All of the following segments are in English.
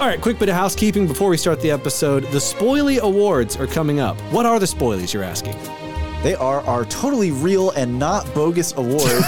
All right, quick bit of housekeeping before we start the episode. The Spoily Awards are coming up. What are the Spoilies, you're asking? They are our totally real and not bogus awards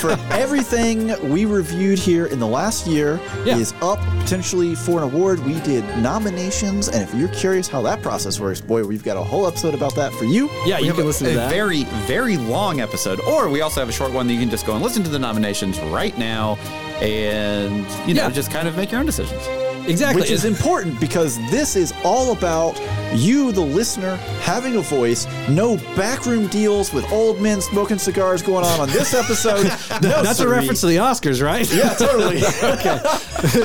for everything we reviewed here in the last year Yeah. is up potentially for an award. We did nominations, and if you're curious how that process works, boy, we've got a whole episode about that for you. Yeah, We you have can a- listen to a that. very, very long episode, or we also have a short one that you can just go and listen to the nominations right now, and you know, Yeah. just kind of make your own decisions. exactly. Which is important because this is all about you, the listener, having a voice. No backroom deals with old men smoking cigars going on on this episode. No that's a siree. reference to the Oscars, right? Yeah, totally.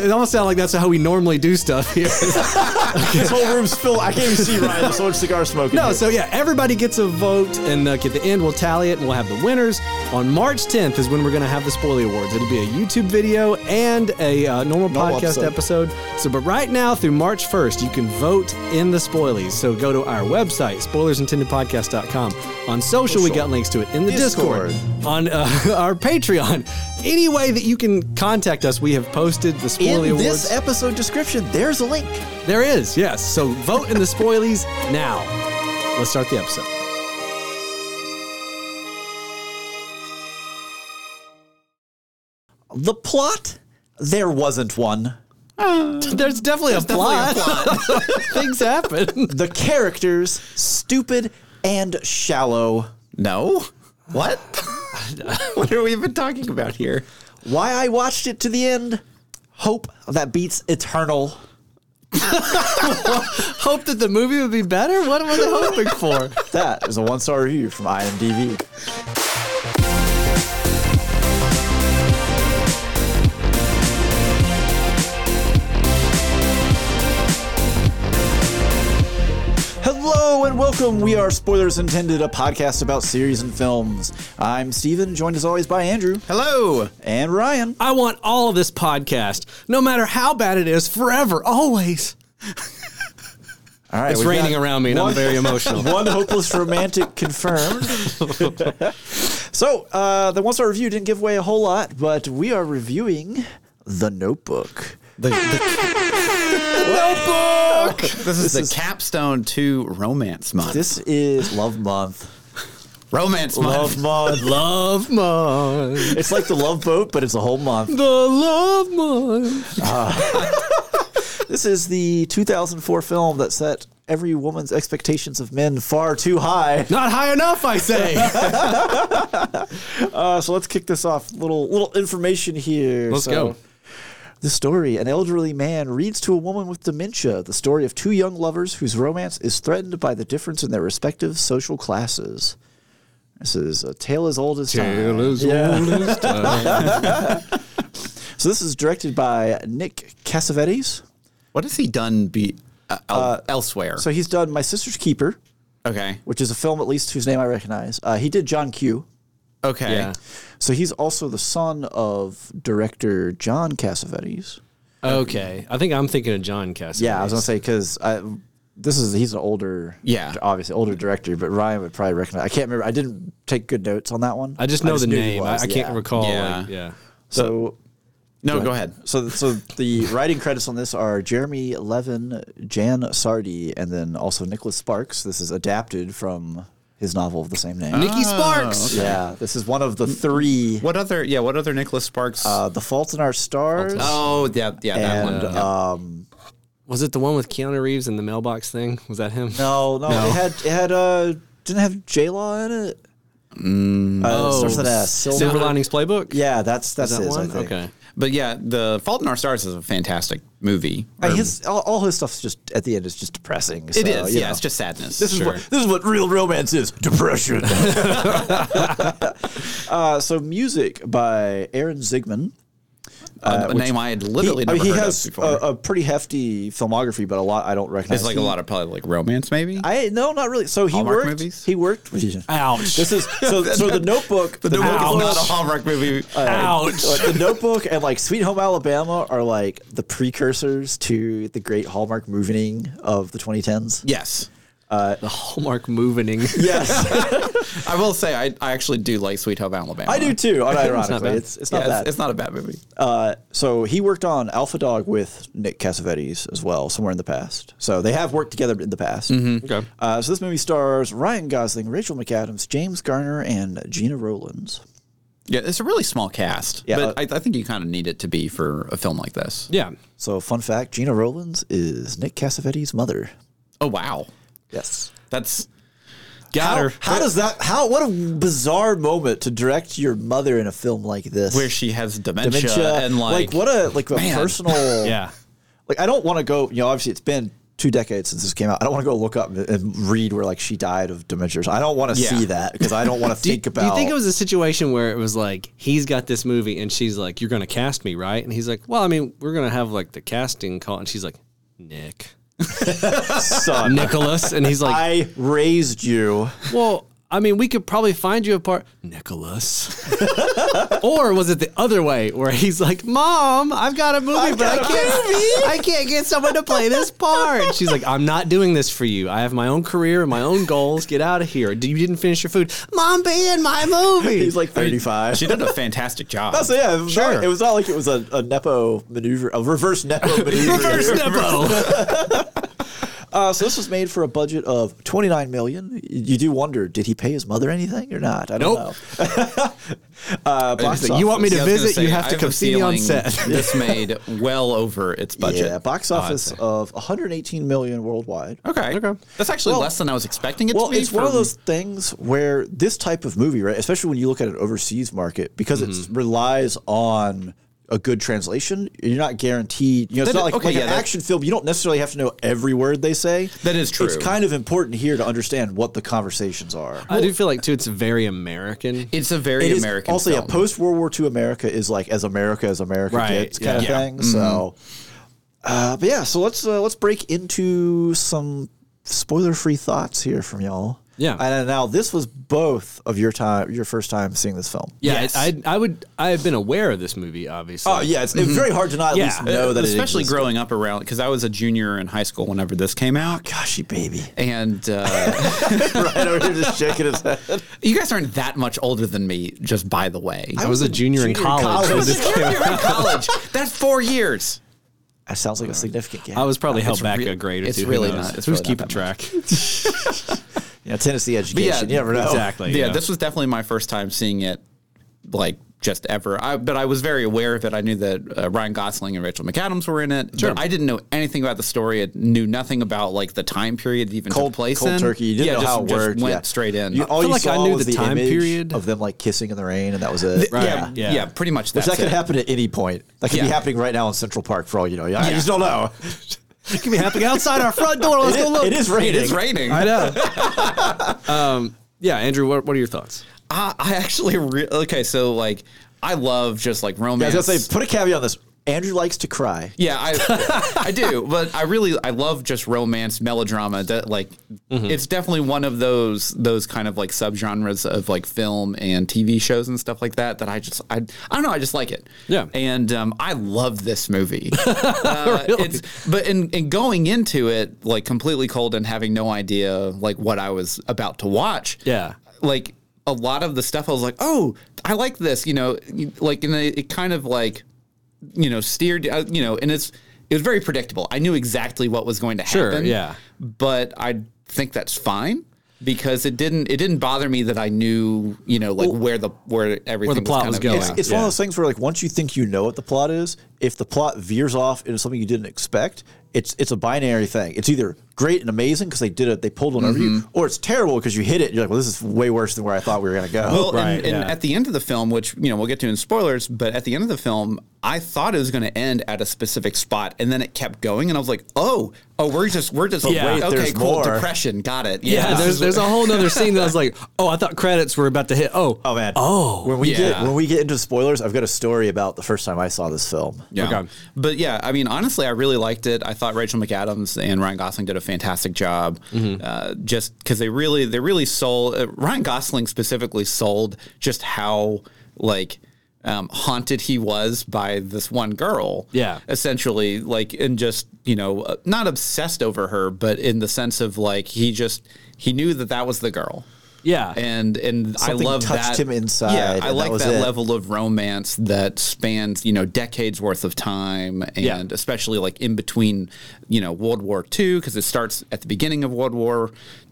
it almost sounds like that's how we normally do stuff here. this whole room's filled. I can't even see Ryan. There's so much cigar smoking. No, here. so yeah, everybody gets a vote, and like, at the end, we'll tally it and we'll have the winners. On March 10th is when we're going to have the Spoily Awards. It'll be a YouTube video and a uh, normal Normal podcast episode. So, but right now through March 1st, you can vote in the Spoilies. So go to our website, spoilersintendedpodcast.com. On social, we got links to it in the Discord, Discord. on uh, our Patreon. Any way that you can contact us, we have posted the in Spoily Awards. this episode description, there's a link. There is, yes. So vote in the spoilies now. Let's start the episode. The plot, there wasn't one. There's definitely, a, plot. Things happen. The characters, stupid and shallow. No, what? what are we even talking about here? Why I watched it to the end, hope that beats eternal. Hope that the movie would be better. What were they hoping for? That is a one star review from IMDb. Hello and welcome. We are Spoilers Intended, a podcast about series and films. I'm Steven, joined as always by Andrew Hello. and Ryan. I want all of this podcast, no matter how bad it is, forever, always. All right, It's we've raining got around me, and I'm one- very emotional. one hopeless romantic confirmed. so uh, the one star review didn't give away a whole lot, but we are reviewing The Notebook. The, notebook. This is the capstone to romance month. This is Love Month. romance month. Month. Love month, It's like the Love Boat, but it's a whole month. the love month. This is the 2004 film that set every woman's expectations of men far too high. Not high enough, I say. Uh, so let's kick this off. Little little information here. Let's So- go. The story An elderly man reads to a woman with dementia the story of two young lovers whose romance is threatened by the difference in their respective social classes. This is a tale as old as time. Yeah. So, this is directed by Nick Cassavetes. What has he done be uh, el- elsewhere? So, he's done My Sister's Keeper, okay. which is a film, at least, whose name I recognize. Uh, he did John Q. Okay. Yeah. So, he's also the son of director John Cassavetes. Okay, I think I'm thinking of John Cassavetes. Yeah, I was gonna say because this is he's an older, Yeah. obviously older director, but Ryan would probably recognize. I can't remember. I didn't take good notes on that one. I just know the knew he name. I, was, I can't yeah. recall. Yeah. like, yeah. So, No, go ahead. so, so the writing credits on this are Jeremy Levin, Jan Sardi, and then also Nicholas Sparks. This is adapted from his novel of the same name. Nikki Sparks. Yeah, this is one of the three. What other? Yeah. What other Nicholas Sparks? Uh, the Fault in Our Stars. oh, yeah, yeah, that And one. Yeah. um, Was it the one with Keanu Reeves and the mailbox thing? Was that him? no, no, No. it had it had uh didn't it have J Law in it. Mm, uh, it starts with an S. Oh, Silver Linings Playbook? Yeah, that's that's Is that his. one? I think. Okay. But yeah, The Fault in Our Stars is a fantastic movie. Uh, Or- his all, all his stuff's just at the end is just depressing. it is, yeah, it's just sadness. This is what this is what real romance is: depression. uh, so, music by Aaron Zigman. Uh, a, a name I had literally uh, he, I never mean, he heard has uh, of a, before. a pretty hefty filmography, but a lot I don't recognize. it's like a He- lot of probably like romance, maybe. I no, not really. So he Hallmark worked. movies? He worked. Ouch. This is so. so the Notebook. The, Notebook Ouch. is not a Hallmark movie. Uh, Ouch. Like, the Notebook and like Sweet Home Alabama are like the precursors to the great Hallmark moving of the 2010s. yes. the Hallmark moving. Yes, I will say I, I actually do like Sweet Home Alabama. I do too. bad. Unironically, it's it's Yeah, not it's, bad. it's not a bad movie. Uh, so he worked on Alpha Dog with Nick Cassavetes as well, somewhere in the past. So they have worked together in the past. okay. Uh, so this movie stars Ryan Gosling, Rachel McAdams, James Garner, and Gina Rowlands. Yeah, it's a really small cast. Yeah. but I, I think you kind of need it to be for a film like this. Yeah. So fun fact: Gina Rowlands is Nick Cassavetes' mother. Oh wow, Yes. that's Got How, her. Oh, how does that? How what a bizarre moment to direct your mother in a film like this. where she has dementia, dementia and like, what a like a Man. personal. yeah. Like I don't want to go. You know, obviously it's been two decades since this came out. I don't want to go look up and- and read where like she died of dementia. or something. I don't want to Yeah. see that because I don't want to think about. Do you think it was a situation where it was like he's got this movie and she's like, "You're going to cast me, right?" And he's like, "Well, I mean, we're going to have like the casting call," and she's like, "Nick, son? Nicholas," and he's like, I raised you. Well, I mean, we could probably find you a part, Nicholas. or was it the other way where he's like, "Mom, I've got a movie, but I can't, I can't get someone to play this part." She's like, "I'm not doing this for you. I have my own career and my own goals. Get out of here. Do- You didn't finish your food, Mom. Be in my movie." He's like thirty five. she did a fantastic job. So yeah, it was, Sure. not, it was not like it was a, a nepo maneuver, a reverse nepo maneuver. Reverse Nepo. Uh, so this was made for a budget of twenty nine million. You do wonder, did he pay his mother anything or not? I don't Nope. know. uh, box He's like, You want me to Yeah, I was gonna visit? say, you have I to come a see me on feeling set. This made well over its budget. Yeah, box Oh, I'd office say. of 118 million worldwide. Okay. Okay. That's actually less than I was expecting it Well, to be. it's one of for- those things where this type of movie, right, especially when you look at an overseas market, because it Mm-hmm. relies on a good translation, you're not guaranteed. You know, it's That- not like, okay, like yeah, an that- action film. You don't necessarily have to know every word they say. That is true. It's kind of important here to understand what the conversations are. I do feel like too. It's very American. It's a very It is American. Also, film. yeah, post World War II America is like as America as America Right, gets kind yeah. Mm-hmm. of thing. So, uh, but yeah, so let's uh, let's break into some spoiler free thoughts here from y'all. Yeah. and uh, now this was both of your time, your first time seeing this film. Yeah, Yes. I, I would. I have been aware of this movie, obviously. Oh yeah, it's, it's very hard to not at Mm-hmm. Yeah. uh, least know that, it especially exists. growing up around because I was a junior in high school whenever this came out, Goshy baby, and uh, right over here just shaking his head. you guys aren't that much older than me. Just by the way, I was a junior, in junior in college. when college. this You're in college. That's four years. That sounds like a significant gap. I was probably held It's back rea- a grade or it's two. who really knows? not- it's Who's really not keeping that much. track? you know, Tennessee education. you never know. exactly. yeah, yeah. this was definitely my first time seeing it, like just ever. I, but I was very aware of it. I knew that uh, Ryan Gosling and Rachel McAdams were in it. Sure. But I didn't know anything about the story. I knew nothing about like the time period it even cold took place cold in. turkey. You didn't yeah, know just, how it just worked. Went yeah. straight in. You, all feel you like I saw knew was the the, time image period. of them like kissing in the rain, and that was it. Right. Yeah, Yeah. yeah, pretty much. Which That's that could it. happen at any point. That could Yeah. be happening right now in Central Park for all you know. I just don't know. It could be happening outside our front door. Let's go look. it is raining. It is raining. I know. um, yeah, Andrew, what, what are your thoughts? I, I actually re- okay. So like, I love just like Yeah, romance. I was gonna say, put a caveat on this. Andrew likes to cry. Yeah, I I do, but I really I love just romance melodrama. That like it's definitely one of those those kind of like subgenres of like film and TV shows and stuff like that that I just I I don't know I just like it. Yeah. and um, I love this movie. Uh, It's but in, in going into it like completely cold and having no idea like what I was about to watch Yeah. like a lot of the stuff I was like, oh, I like this, you know, you- like and it, it kind of like, you know, steered, uh, you know, and it's it was very predictable. I knew exactly what was going to Sure, happen. yeah. but I think that's fine because it didn't it didn't bother me that I knew, you know, like where the where everything plot kind was of- going. yeah. It's, it's one of those things where, like, once you think you know what the plot is, if the plot veers off into something you didn't expect, it's it's a binary thing. It's either great and amazing because they did it, they pulled one over Mm-hmm. you, or it's terrible because you hit it. And you're like, well, this is way worse than where I thought we were gonna go. Well, Right, and, and yeah. at the end of the film, which you know we'll get to in spoilers, but at the end of the film, I thought it was going to end at a specific spot, and then it kept going, and I was like, "Oh, oh, we're just we're just Yeah. Wait, okay, there's cool, more. depression, got it, Yeah, this there's is- there's a whole other scene that I was like, oh, I thought credits were about to hit. Oh, Oh man. oh, when we yeah. get when we get into spoilers, I've got a story about the first time I saw this film. Yeah. Okay. But yeah, I mean, honestly, I really liked it. I thought Rachel McAdams and Ryan Gosling did a fantastic job. Mm-hmm. Uh, just because they really, they really sold uh, Ryan Gosling specifically sold just how like um, haunted he was by this one girl. Yeah. essentially, like, and just you know, uh, not obsessed over her, but in the sense of like he just he knew that that was the girl Yeah. and and Something I love touched that. him inside, Yeah, and I that like was that, it. level of romance that spans you know decades worth of time, and Yeah. especially like in between you know World War II because it starts at the beginning of World War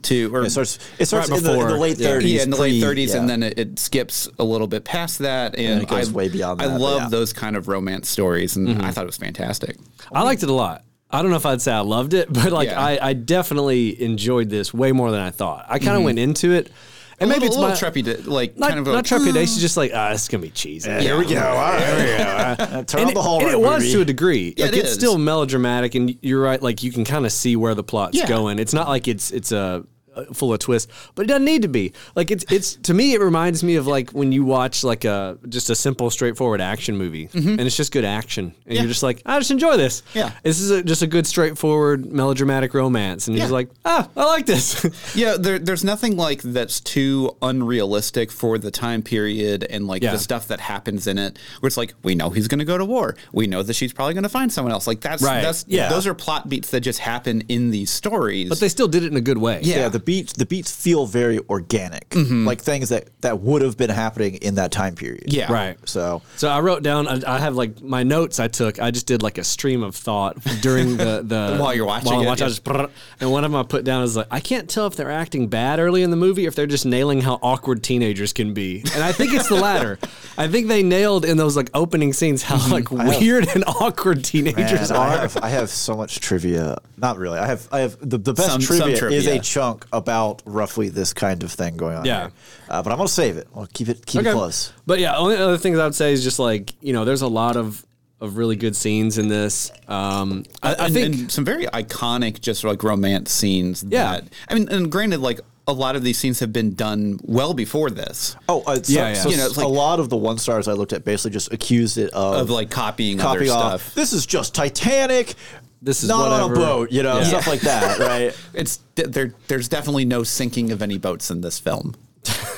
II or It starts- it starts in the- in the late yeah, 30s, yeah, in the late pre- 30s, yeah. and then it, it skips a little bit past that, and, it goes I, way beyond I that, but love yeah. Mm-hmm. those kind of romance stories, and I thought it was fantastic. I liked it a lot. I don't know if I'd say I loved it, but like Yeah. I, I definitely enjoyed this way more than I thought. I kind of went into it, and maybe a it's little, my trepid, like not, kind of not like, trepidation, just like ah, it's gonna be cheesy. Here we go. Uh, Turn And on it, the hallway. and it was to a degree. Yeah, like it it's is. still melodramatic, and you're right. Like you can kind of see where the plot's Yeah. going. It's not like it's it's a uh, full of twists, but it doesn't need to be. Like it's it's to me, it reminds me of like when you watch like a just a simple, straightforward action movie, and it's just good action, and you're just like, I just enjoy this. Mm-hmm. Yeah. this is a, just a good, straightforward melodramatic romance, and he's Yeah. like, ah, I like this. Yeah, there, there's nothing like that's too unrealistic for the time period and like Yeah. the stuff that happens in it. Where it's like we know he's going to go to war. We know that she's probably going to find someone else. Like that's Right, that's yeah. Those are plot beats that just happen in these stories. but they still did it in a good way. yeah. Yeah. the beats the beats feel very organic, Mm-hmm. like things that that would have been happening in that time period. yeah, right. So So I wrote down. I, I have like my notes I took. I just did like a stream of thought during the the While you're watching While I it, watch, I yeah. just brrr. and one of them I put down is like I can't tell if they're acting bad early in the movie or if they're just nailing how awkward teenagers can be. And I think it's the latter. I think they nailed in those like opening scenes how Mm-hmm. like weird and awkward teenagers Man, I are. have, I have so much trivia. Not really. I have I have the, the best Some- some trivia, is a trivia. chunk about roughly this kind of thing going on. Yeah. here. Uh, but I'm gonna save it. I'll keep it keep it close. But yeah, only other things I would say is just like you know, there's a lot of of really good scenes in this. Um, I, I and, think and some very iconic, just like romance scenes. Yeah. that, I mean, and granted, like a lot of these scenes have been done well before this. Oh, uh, so, Yeah, yeah. so You know, it's a like- lot of the one stars I looked at basically just accused it of, Of like copying copy other off. stuff, This is just Titanic. This is not on a whatever." boat, you know, Yeah. stuff like that, right? it's there. There's definitely no sinking of any boats in this film.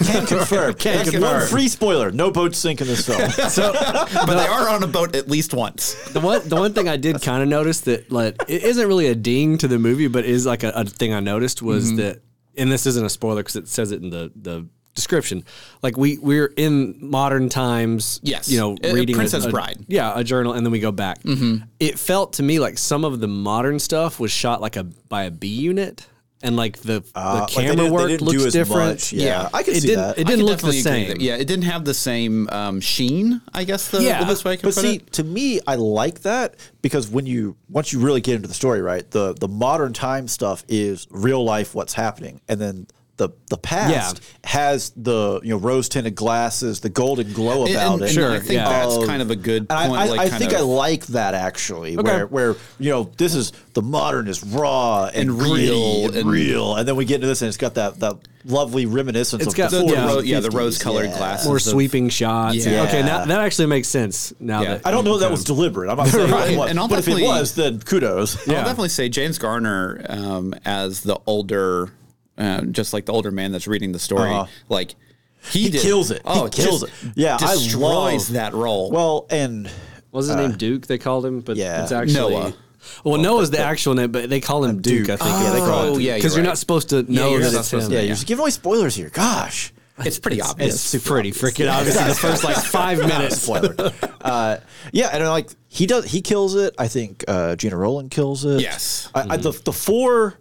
Can confirm. Can That's One confirm. free spoiler: no boats sink in this film. but they are on a boat at least once. the one the one thing I did kind of notice that like it isn't really a ding to the movie, but is like a, a thing I noticed was Mm-hmm. that, and this isn't a spoiler because it says it in the the description. Like we we're in modern times. Yes. you know, A- a reading Princess a, Bride. Yeah, a journal, and then we go back. Mm-hmm. It felt to me like some of the modern stuff was shot like a by a B unit, and like the the Uh, like they camera didn't- they work didn't do looks as different. much. Yeah, I can it see didn't. that. It I didn't can look the definitely same. agree that- yeah, it didn't have the same um, sheen. I guess the, Yeah. the best way I can But put see, it. to me, I like that because when you once you really get into the story, right? The the modern time stuff is real life, what's happening, and then the the past has the you know rose tinted glasses, the golden glow And- about and- it. and I Sure, think yeah. that's Of- kind of a good point. Oh. And I, I, like I kind think of, I like that actually, Okay. where where you know this is the modern is raw and, And gritty real and, and- real, and then we get into this and it's got that that lovely reminiscence It's of got the, the- 40s, yeah. ro- yeah, the 50s, rose-colored yeah. glasses. More of- sweeping shots. Yeah. Okay, now that actually makes sense. Now Yeah. that I don't know that was deliberate. I'm not saying Right, it was, and I'll but if it definitely- was, then kudos. Yeah. I'll definitely say James Garner um, as the older, um, just like the older man that's reading the story. Uh-huh. Like he, He did- kills it. Oh, he kills it. just Yeah, I destroys love- that role. Well, and Was his name Duke? They called him, but Yeah. it's actually Noah. Well, Noah's the actual name, but they call him Uh, Duke. I think. Yeah, they call him Duke. yeah, because you're you're not right. supposed to know you're that not it's supposed him. to- yeah, Yeah, you're yeah. just giving away spoilers here. Gosh, it's pretty obvious. it's super pretty freaking obvious in the first like five minutes. spoiler. uh, yeah, and like he does, he kills it. I think uh, Gina Rowland kills it. Yes. I, I, the the four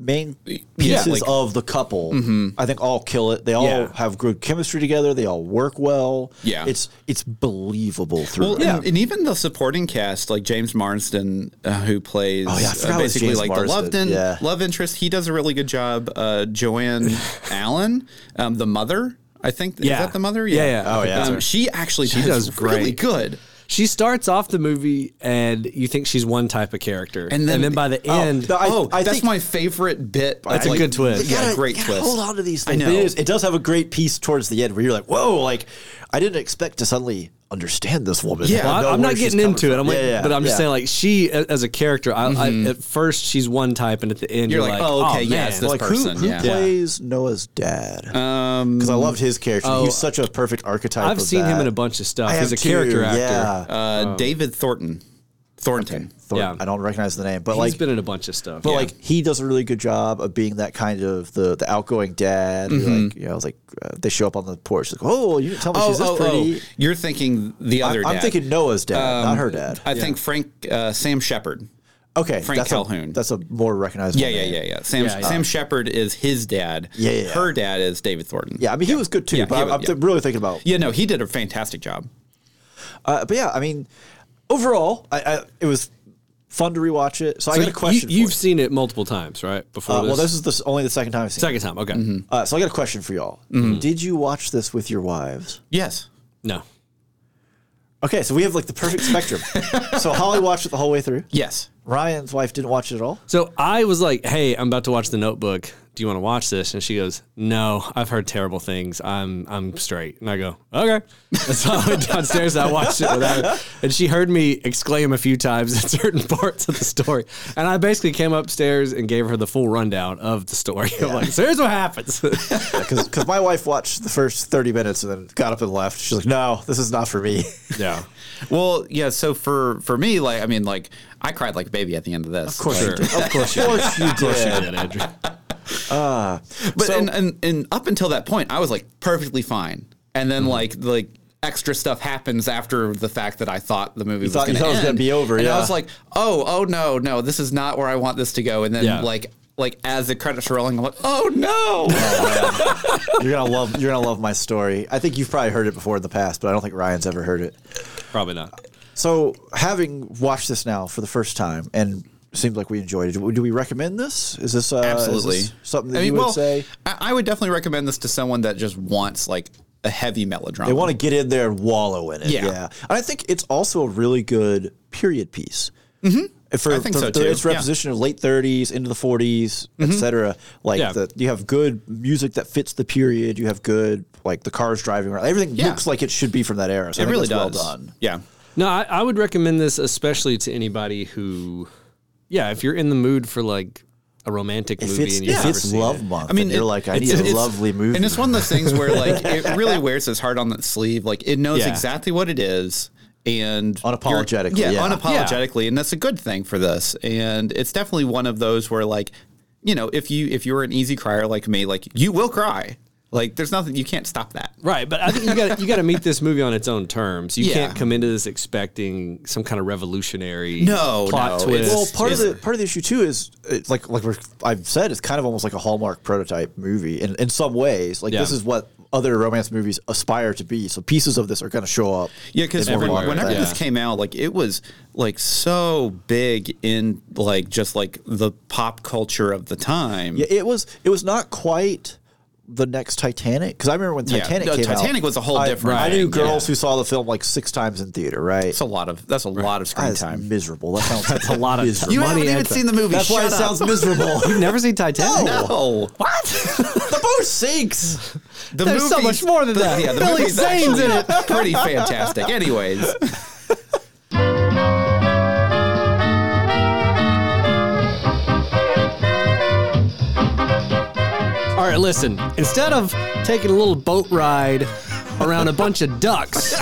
main pieces like- Mm-hmm. of the couple, I think, all kill it. They all Yeah. have good chemistry together. They all work well. Yeah. it's it's believable through. Well, it. and, and even the supporting cast, like James Marsden, uh, who plays Oh, yeah, I uh, forgot it was basically James like the Marsden. Lovedon Yeah. love interest, he does a really good job. Uh, Joanne Allen, um, the mother, I think Yeah. is that the mother? Yeah, yeah. Oh, yeah. Um, she actually does, does really great. good. She starts off the movie, and you think she's one type of character, and then, then- by the end, the- I- oh, I that's think- my favorite bit. That's a good twist. You Yeah, gotta- great you gotta twist. Hold on to these I things. know. It, is, it does have a great piece towards the end where you're like, whoa, like I didn't expect to suddenly understand this woman. Yeah. I Well, know I- I'm where not she's getting coming into it. from. I'm like, Yeah, yeah, but I'm just yeah. saying, like, she a- as a character, I, I, at first she's one type, and at the end You're you're, like, like, oh, okay, yeah, man. it's this like person, who, who yeah. Um, plays Noah's dad? Because I loved his character. oh, he was such a perfect archetype. I've of seen him that. in a bunch of stuff. I He's a have too, character actor. Yeah, Uh, David Thornton. Thornton. Thor- yeah. I don't recognize the name, but He's like, been in a bunch of stuff. but Yeah. like, he does a really good job of being that kind of the the outgoing dad. who, Like, you know, it's like uh, they show up on the porch. Like, oh, you didn't tell me Mm-hmm. Oh, she's this oh, oh, pretty. you're thinking the I- other I'm dad. Um, thinking Noah's dad, not her dad. I think Frank uh, Sam Shepard. okay, Frank that's Calhoun. A, that's a more recognizable. Yeah, yeah, name. yeah, yeah. Sam Yeah, yeah. Sam Shepard is his dad. Yeah, yeah, yeah. Her dad is David Thornton. Yeah, I mean, he was good too, Yeah, but he I'm, was- I'm th- really thinking about Yeah, no, he did a fantastic job. Uh, but yeah, I mean, overall, I, I, it was fun to rewatch it. So, I So got a you- question. You, have for you. seen it multiple times, right? Before Uh, this? well, this is the, s- only the second Mm-hmm. time I've seen. second time. Okay, It. Uh, so I got a question for y'all. Did you watch this with your wives? Yes. no, Okay, so we have like the perfect spectrum. so Holly watched it the whole way through. Yes. Ryan's wife didn't watch it at all. so I was like, hey, I'm about to watch The Notebook. Do you want to watch this? And she goes, no, I've heard terrible things. I'm I'm straight. And I go, okay. And so I went downstairs. I watched it without her, and she heard me exclaim a few times at certain parts of the story. And I basically came upstairs and gave her the full rundown of the story. I'm like, so here's what happens. Because my wife watched the first 30 minutes and then got up and left. She's like, no, this is not for me. yeah. Well, yeah. So for for me, like, I mean, like, I cried like a baby at the end of this. Of Sure. of course you did. Of course She did, Andrew. But So- and, and and up until that point, I was like perfectly fine. Mm-hmm. And then like like extra stuff happens after the fact that I thought the movie was thought- you going to thought it was gonna be over, And yeah. I was like, oh oh no no, this is not where I want this to go. And then Yeah. like like as the credits are rolling, I'm like, oh no. You're gonna love. You're gonna love my story. I think you've probably heard it before in the past, but I don't think Ryan's ever heard it. Probably not. So, having watched this now for the first time, and seems like we enjoyed it. Do do we recommend this? Is this uh, is Absolutely. this something that I mean, you would well, say? I, I would definitely recommend this to someone that just wants like a heavy melodrama. They want to get in there and wallow in it. Yeah. and I think it's also a really good period piece. Mm-hmm. For, I think for so, the- too. Mm-hmm. Its representation of late 30s into the 40s, et cetera. Like Yeah. the, you have good music that fits the period. You have good like the cars driving around. Everything Yeah. looks like it should be from that era. So I it think really that's does. Well done. Yeah. No, I, I would recommend this especially to anybody who, yeah, if you're in the mood for like a romantic If movie it's, and you've if never it's seen love it. month, I mean, and you're it- like, I it's- need a it's- lovely movie. And it's one of those things where like it really wears its heart on its sleeve. Like it knows Yeah. exactly what it is and you're- Unapologetically, Yeah, yeah. unapologetically. And that's a good thing for this. And it's definitely one of those where like, you know, if you if you're an easy crier like me, like you will cry. Like there's nothing you can't stop that. Right, but I think you got you got to meet this movie on its own terms. You Yeah. can't come into this expecting some kind of revolutionary No, plot no, twist. it's- Well, part of is- the part of the issue too is it's like like we're, I've said, it's kind of almost like a hallmark prototype movie in, in some ways. Like Yeah. this is what other romance movies aspire to be. So pieces of this are going to show up. Yeah, because in more Everywhere, modern whenever things. yeah. this came out, like it was like so big in like just like the pop culture of the time. Yeah, it was it was not quite the next Titanic because I remember when Yeah, Titanic no, came out. Titanic was a whole I, different I knew thing, girls yeah. who saw the film like six times in theater. Right. That's a lot of that's a lot of screen That's time. miserable. That sounds that's a lot of miserable. You haven't Money even even and- seen the movie. That's why it sounds miserable. You've never seen Titanic. No. What? the boat sinks. The There's so movie's- much more than the- that. Yeah, the Billy movie's Zane's in actually Pretty fantastic. Anyways, All right, listen. Instead of taking a little boat ride around a bunch of ducks,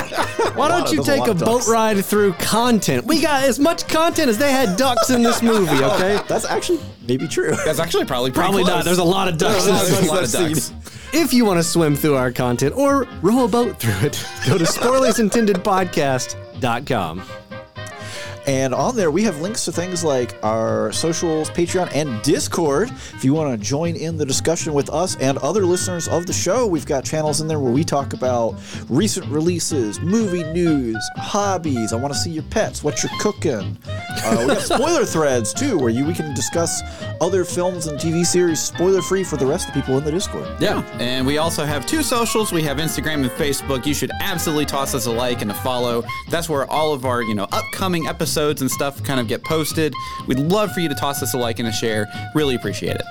why don't of- you there's a take lot a, of boat ducks. ride through content? We got as much content as they had ducks in this movie. Okay. That's actually maybe true. that's actually probably pretty Probably close. not. There's a lot of ducks. There's a lot, there's a lot of I've seen. ducks. If you want to swim through our content or row a boat through it, go to spoilersintendedpodcast.com. And on there, we have links to things like our socials, Patreon, and Discord. If you want to join in the discussion with us and other listeners of the show, we've got channels in there where we talk about recent releases, movie news, hobbies. I want to see your pets. What you're cooking. Uh, we got spoiler threads too, where you we can discuss other films and TV series spoiler free for the rest of the people in the Discord. Yeah. And we also have two socials. We have Instagram and Facebook. You should absolutely toss us a like and a follow. That's where all of our, you know, upcoming episodes and stuff kind of get posted. We'd love for you to toss us a like and a share. Really appreciate it.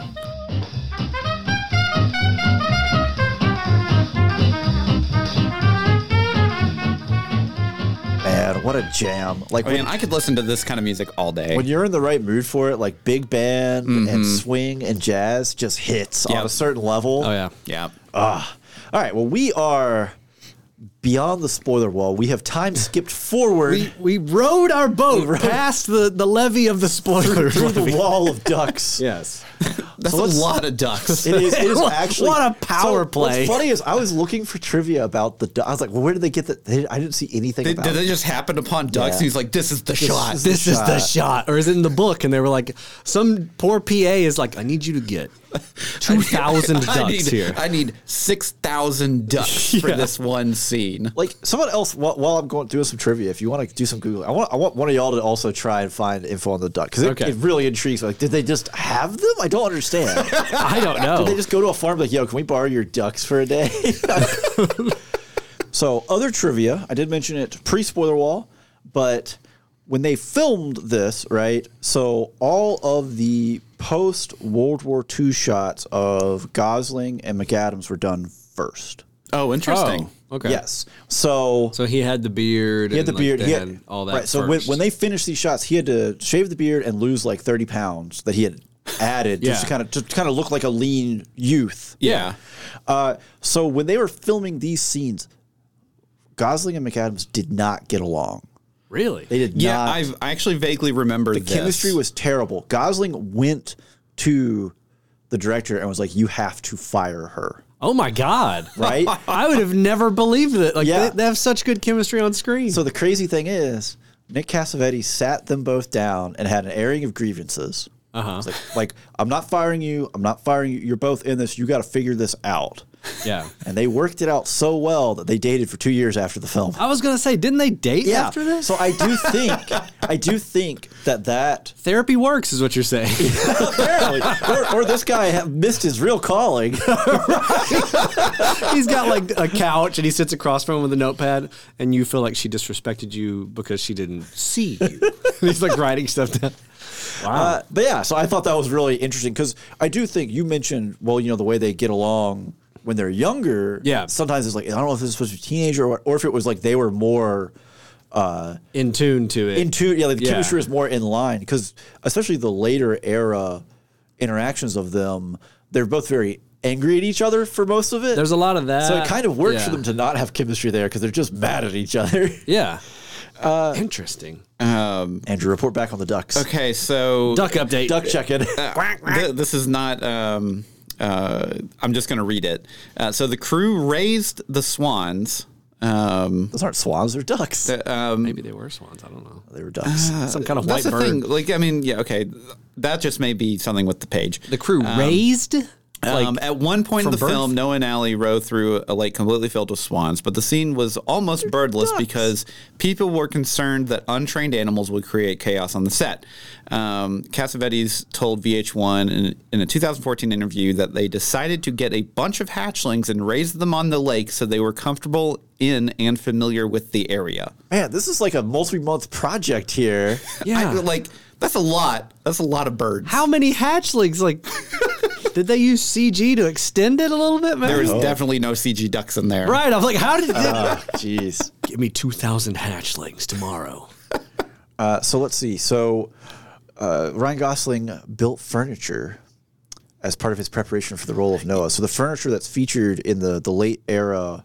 What a jam! Like Man, when, I could listen to this kind of music all day. when you're in the right mood for it, like big band Mm-hmm. and swing and jazz just hits on Yep. a certain level. Ah. Oh yeah. yeah. All right. Well, we are beyond the spoiler wall. We have time skipped forward We, we rode our boat past the, the levee of the spoiler. through the wall of ducks. yes. That's a let's- lot of ducks. It is, it is What- actually what a power play. What's funny is I was looking for trivia about the. du- I was like, well, where did they get that? They, I didn't see anything Did, about. did it. it just happen upon ducks? Yeah. And he's like, this is the shot. is the This is the shot. Or is it in the book? And they were like, some poor PA is like, I need you to get 2,000 ducks I need, here. I need 6,000 ducks for this one scene. like someone else while, while I'm going doing some trivia, if you want to do some googling, I want I want one of y'all to also try and find info on the duck because it, Okay. it really intrigues. me. Like, did they just have them? I don't understand. did I don't know. they just go to a farm like, yo, can we borrow your ducks for a day? so other trivia, I did mention it pre spoiler wall, but when they filmed this, right? So all of the post World War II shots of Gosling and McAdams were done first. Oh, interesting. Oh, okay. Yes. So So he had the beard. he had the beard. he had all that. Right. So when, when they finished these shots, he had to shave the beard and lose like thirty pounds that he had added just to Yeah. kind of to kind of look like a lean youth. Yeah. Uh, so when they were filming these scenes, Gosling and McAdams did not get along. really? They did Yeah, not. I've, I actually vaguely remember the chemistry was terrible. Gosling went to the director and was like, "You have to fire her." oh my God. Right. I would have never believed that. Like Yeah. they, they have such good chemistry on screen. so the crazy thing is, Nick Cassavetes sat them both down and had an airing of grievances. uh huh. It's like, like I'm not firing you. I'm not firing you. You're both in this. You got to figure this out. Yeah. And they worked it out so well that they dated for two years after the film. I was gonna say, didn't they date Yeah. after this? So I do think, I do think that that Therapy works, is what you're saying. apparently, or, or this guy ha- missed his real calling. He's got like a couch and he sits across from him with a notepad, and you feel like she disrespected you because she didn't see you. He's like writing stuff down. Wow. Uh, but yeah, so I thought that was really interesting because I do think you mentioned, well, you know, the way they get along when they're younger. Yeah. Sometimes it's like I don't know if this was supposed to be a teenager or what, or if it was like they were more. in tune to it. in tune. Yeah, like the Yeah. chemistry is more in line because especially the later era interactions of them, they're both very angry at each other for most of it. There's a lot of that. so it kind of works yeah. for them to not have chemistry there because they're just mad at each other. Yeah. Uh, Interesting. Andrew, report back on the ducks. Okay, so Duck update. Duck checking. Th- this is not. Um, uh, I'm just going to read it. Uh, so the crew raised the swans. Um, Those aren't swans, they're ducks. Maybe they were swans. I don't know. they were ducks. Some kind of that's white the bird. thing. Like, I mean, yeah, okay. th- That just may be something with the page. The crew raised. Like um, at one point in from the birth? film, Noah and Allie rowed through a lake completely filled with swans, but the scene was almost birdless because people were concerned that untrained animals would create chaos on the set. Um, Cassavetes told VH1 in, in a 2014 interview that they decided to get a bunch of hatchlings and raise them on the lake so they were comfortable in and familiar with the area. Man, this is like a multi month project here. Yeah. I, like, that's a lot. That's a lot of birds. how many hatchlings? Like, did they use CG to extend it a little bit? Man? there is Uh, definitely no CG ducks in there. right. I'm like, how did? Oh, Jeez. Give me two thousand hatchlings tomorrow. Uh, so let's see. So uh, Ryan Gosling built furniture as part of his preparation for the role of Noah. So the furniture that's featured in the the late era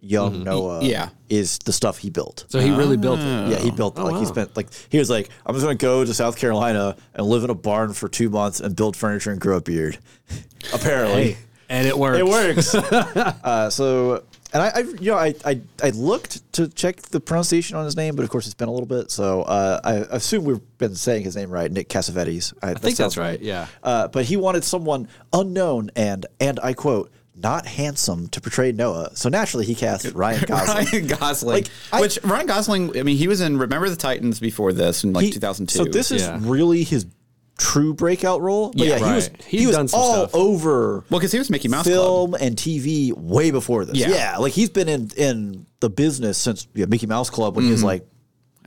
young Noah yeah. is the stuff he built. So he really built it. yeah, he built like he spent like he was like I'm just going to go to South Carolina and live in a barn for 2 months and build furniture and grow a beard. Apparently. Ah. And it works. It works. uh, so, and I, I, you know, I, I, I looked to check the pronunciation on his name, but of course it's been a little bit. So uh, I assume we've been saying his name right, Nick Cassavetes. I, I think that's right. Yeah. Uh, but he wanted someone unknown and, and I quote, not handsome to portray Noah. So naturally he cast Ryan Gosling. Ryan Gosling, Like, I- which Ryan Gosling, I mean, he was in Remember the Titans before this in like He- 2002. So this is Yeah. really his true breakout role. But yeah, Yeah, he was right. he He's was done some all stuff. over well because he was Mickey Mouse Club. film and TV way before this. Yeah. Yeah. like he's been in in the business since yeah, Mickey Mouse Club when he was like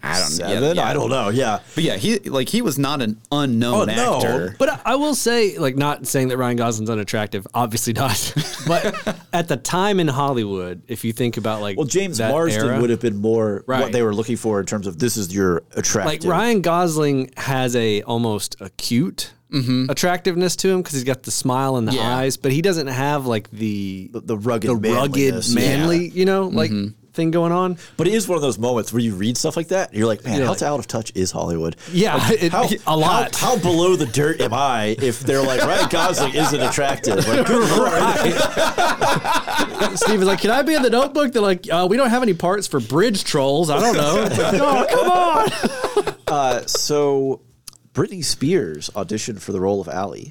Mm-hmm. I don't know. Yeah, Seven? yeah. I don't know. Yeah. But yeah, he like he was not an unknown Oh, no. actor. But I- I will say, like, not saying that Ryan Gosling's unattractive, obviously not. But at the time in Hollywood, if you think about like, Well, James that Marsden era- would have been more what Right. they were looking for in terms of this is your like attractive. Ryan Gosling has a almost acute Mm-hmm. attractiveness to him because he's got the smile and the Yeah. eyes, but he doesn't have like the the rugged, the rugged manliness. manly, you know, like thing going on. But it is one of those moments where you read stuff like that, and you're like, man, You're how like- out of touch is Hollywood? Yeah, Like, it- a lot. How, how below the dirt am I if they're like Ryan Gosling isn't attractive? Like, good lord. Steven's like, can I be in the notebook? They're like, uh, we don't have any parts for bridge trolls. I don't know. oh, come on. Uh, so, Britney Spears auditioned for the role of Ally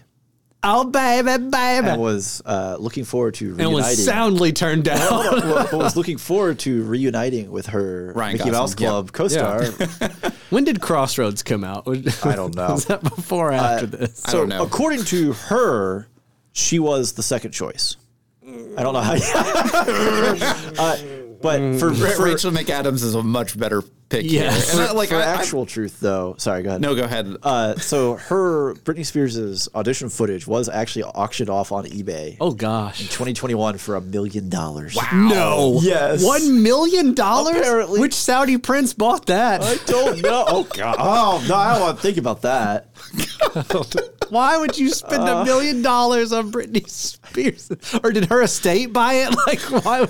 Oh, baby, baby. and was uh, looking forward to and reuniting. was soundly turned down. Well, well, but was looking forward to reuniting with her Ryan Mickey Mouse Gosling, yeah. Club co-star. when did Crossroads come out? Was I don't know. Uh, that before or after this? I So don't know. according to her, she was the second choice. I don't know how. uh, but for, Ra- for, Rachel McAdams is a much better pick. Yeah. here. And I- like for I, I- actual truth, though, sorry, go ahead. no, go ahead. Uh, so her Britney Spears' audition footage was actually auctioned off on eBay. Oh gosh. 2021 for a million dollars. No. Yes. One million dollars? Apparently. Which Saudi prince bought that? I don't know. Oh god. Oh no, I don't want to think about that. Why would you spend Uh. a million dollars on Britney Spears? Or did her estate buy it? Like, why?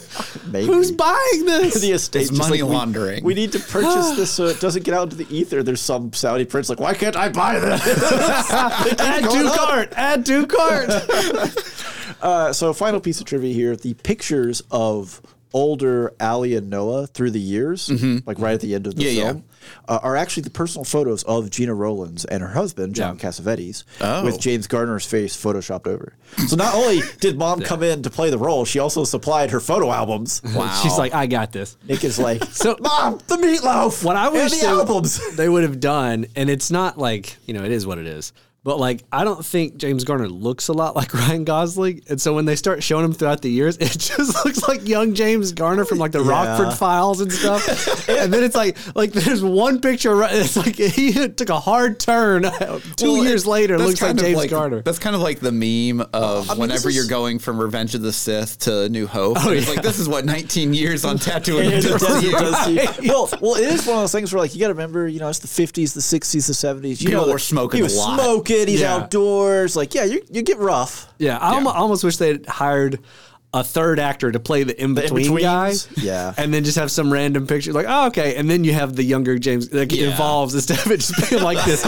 Maybe. Who's buying this? The estate It's just money like, we- laundering. We, need to purchase this so it doesn't get out into the ether. There's some Saudi prince like, why can't I buy this? Add to cart. Add to cart. Uh, so, final piece of trivia here: the pictures of older Ali and Noah through the years, like right at the end of the Mm-hmm. Yeah, yeah. film, Uh, are actually the personal photos of Gina Rowlands and her husband John Cassavetes Oh. with James Garner's face photoshopped over. So, not only did Mom come in to play the role, she also supplied her photo albums. wow. She's like, I got this. Nick is like, So- Mom, the meatloaf. What I and wish the they, albums. they would have done, and it's not like, you know, it is what it is. But like, I don't think James Garner looks a lot like Ryan Gosling, and so when they start showing him throughout the years, it just looks like young James Garner from like the Yeah. Rockford Files and stuff. and then it's like, like there's one picture, right- it's like he took a hard turn two Well, years it- later. It that's looks like kind of James like- Garner. That's kind of like the meme of Uh, mean, whenever this you're is- Oh, going from Revenge of the Sith to New Hope. and it's yeah. like this is what 19 years on tattooing. It does- does to it you. does to you. Well, well, it is one of those things where like you got to remember, you know, it's the fifties, the sixties, the seventies. You People know, that were smoking He a was lot. smoking. He's Yeah. outdoors. Like, yeah, you you get rough. Yeah, I almo- almost wish they would hired a third actor to play the in between in-betweens? guy. Yeah. and then just have some random picture like, oh, okay, and then you have the younger James like it Yeah. evolves instead of it just being like this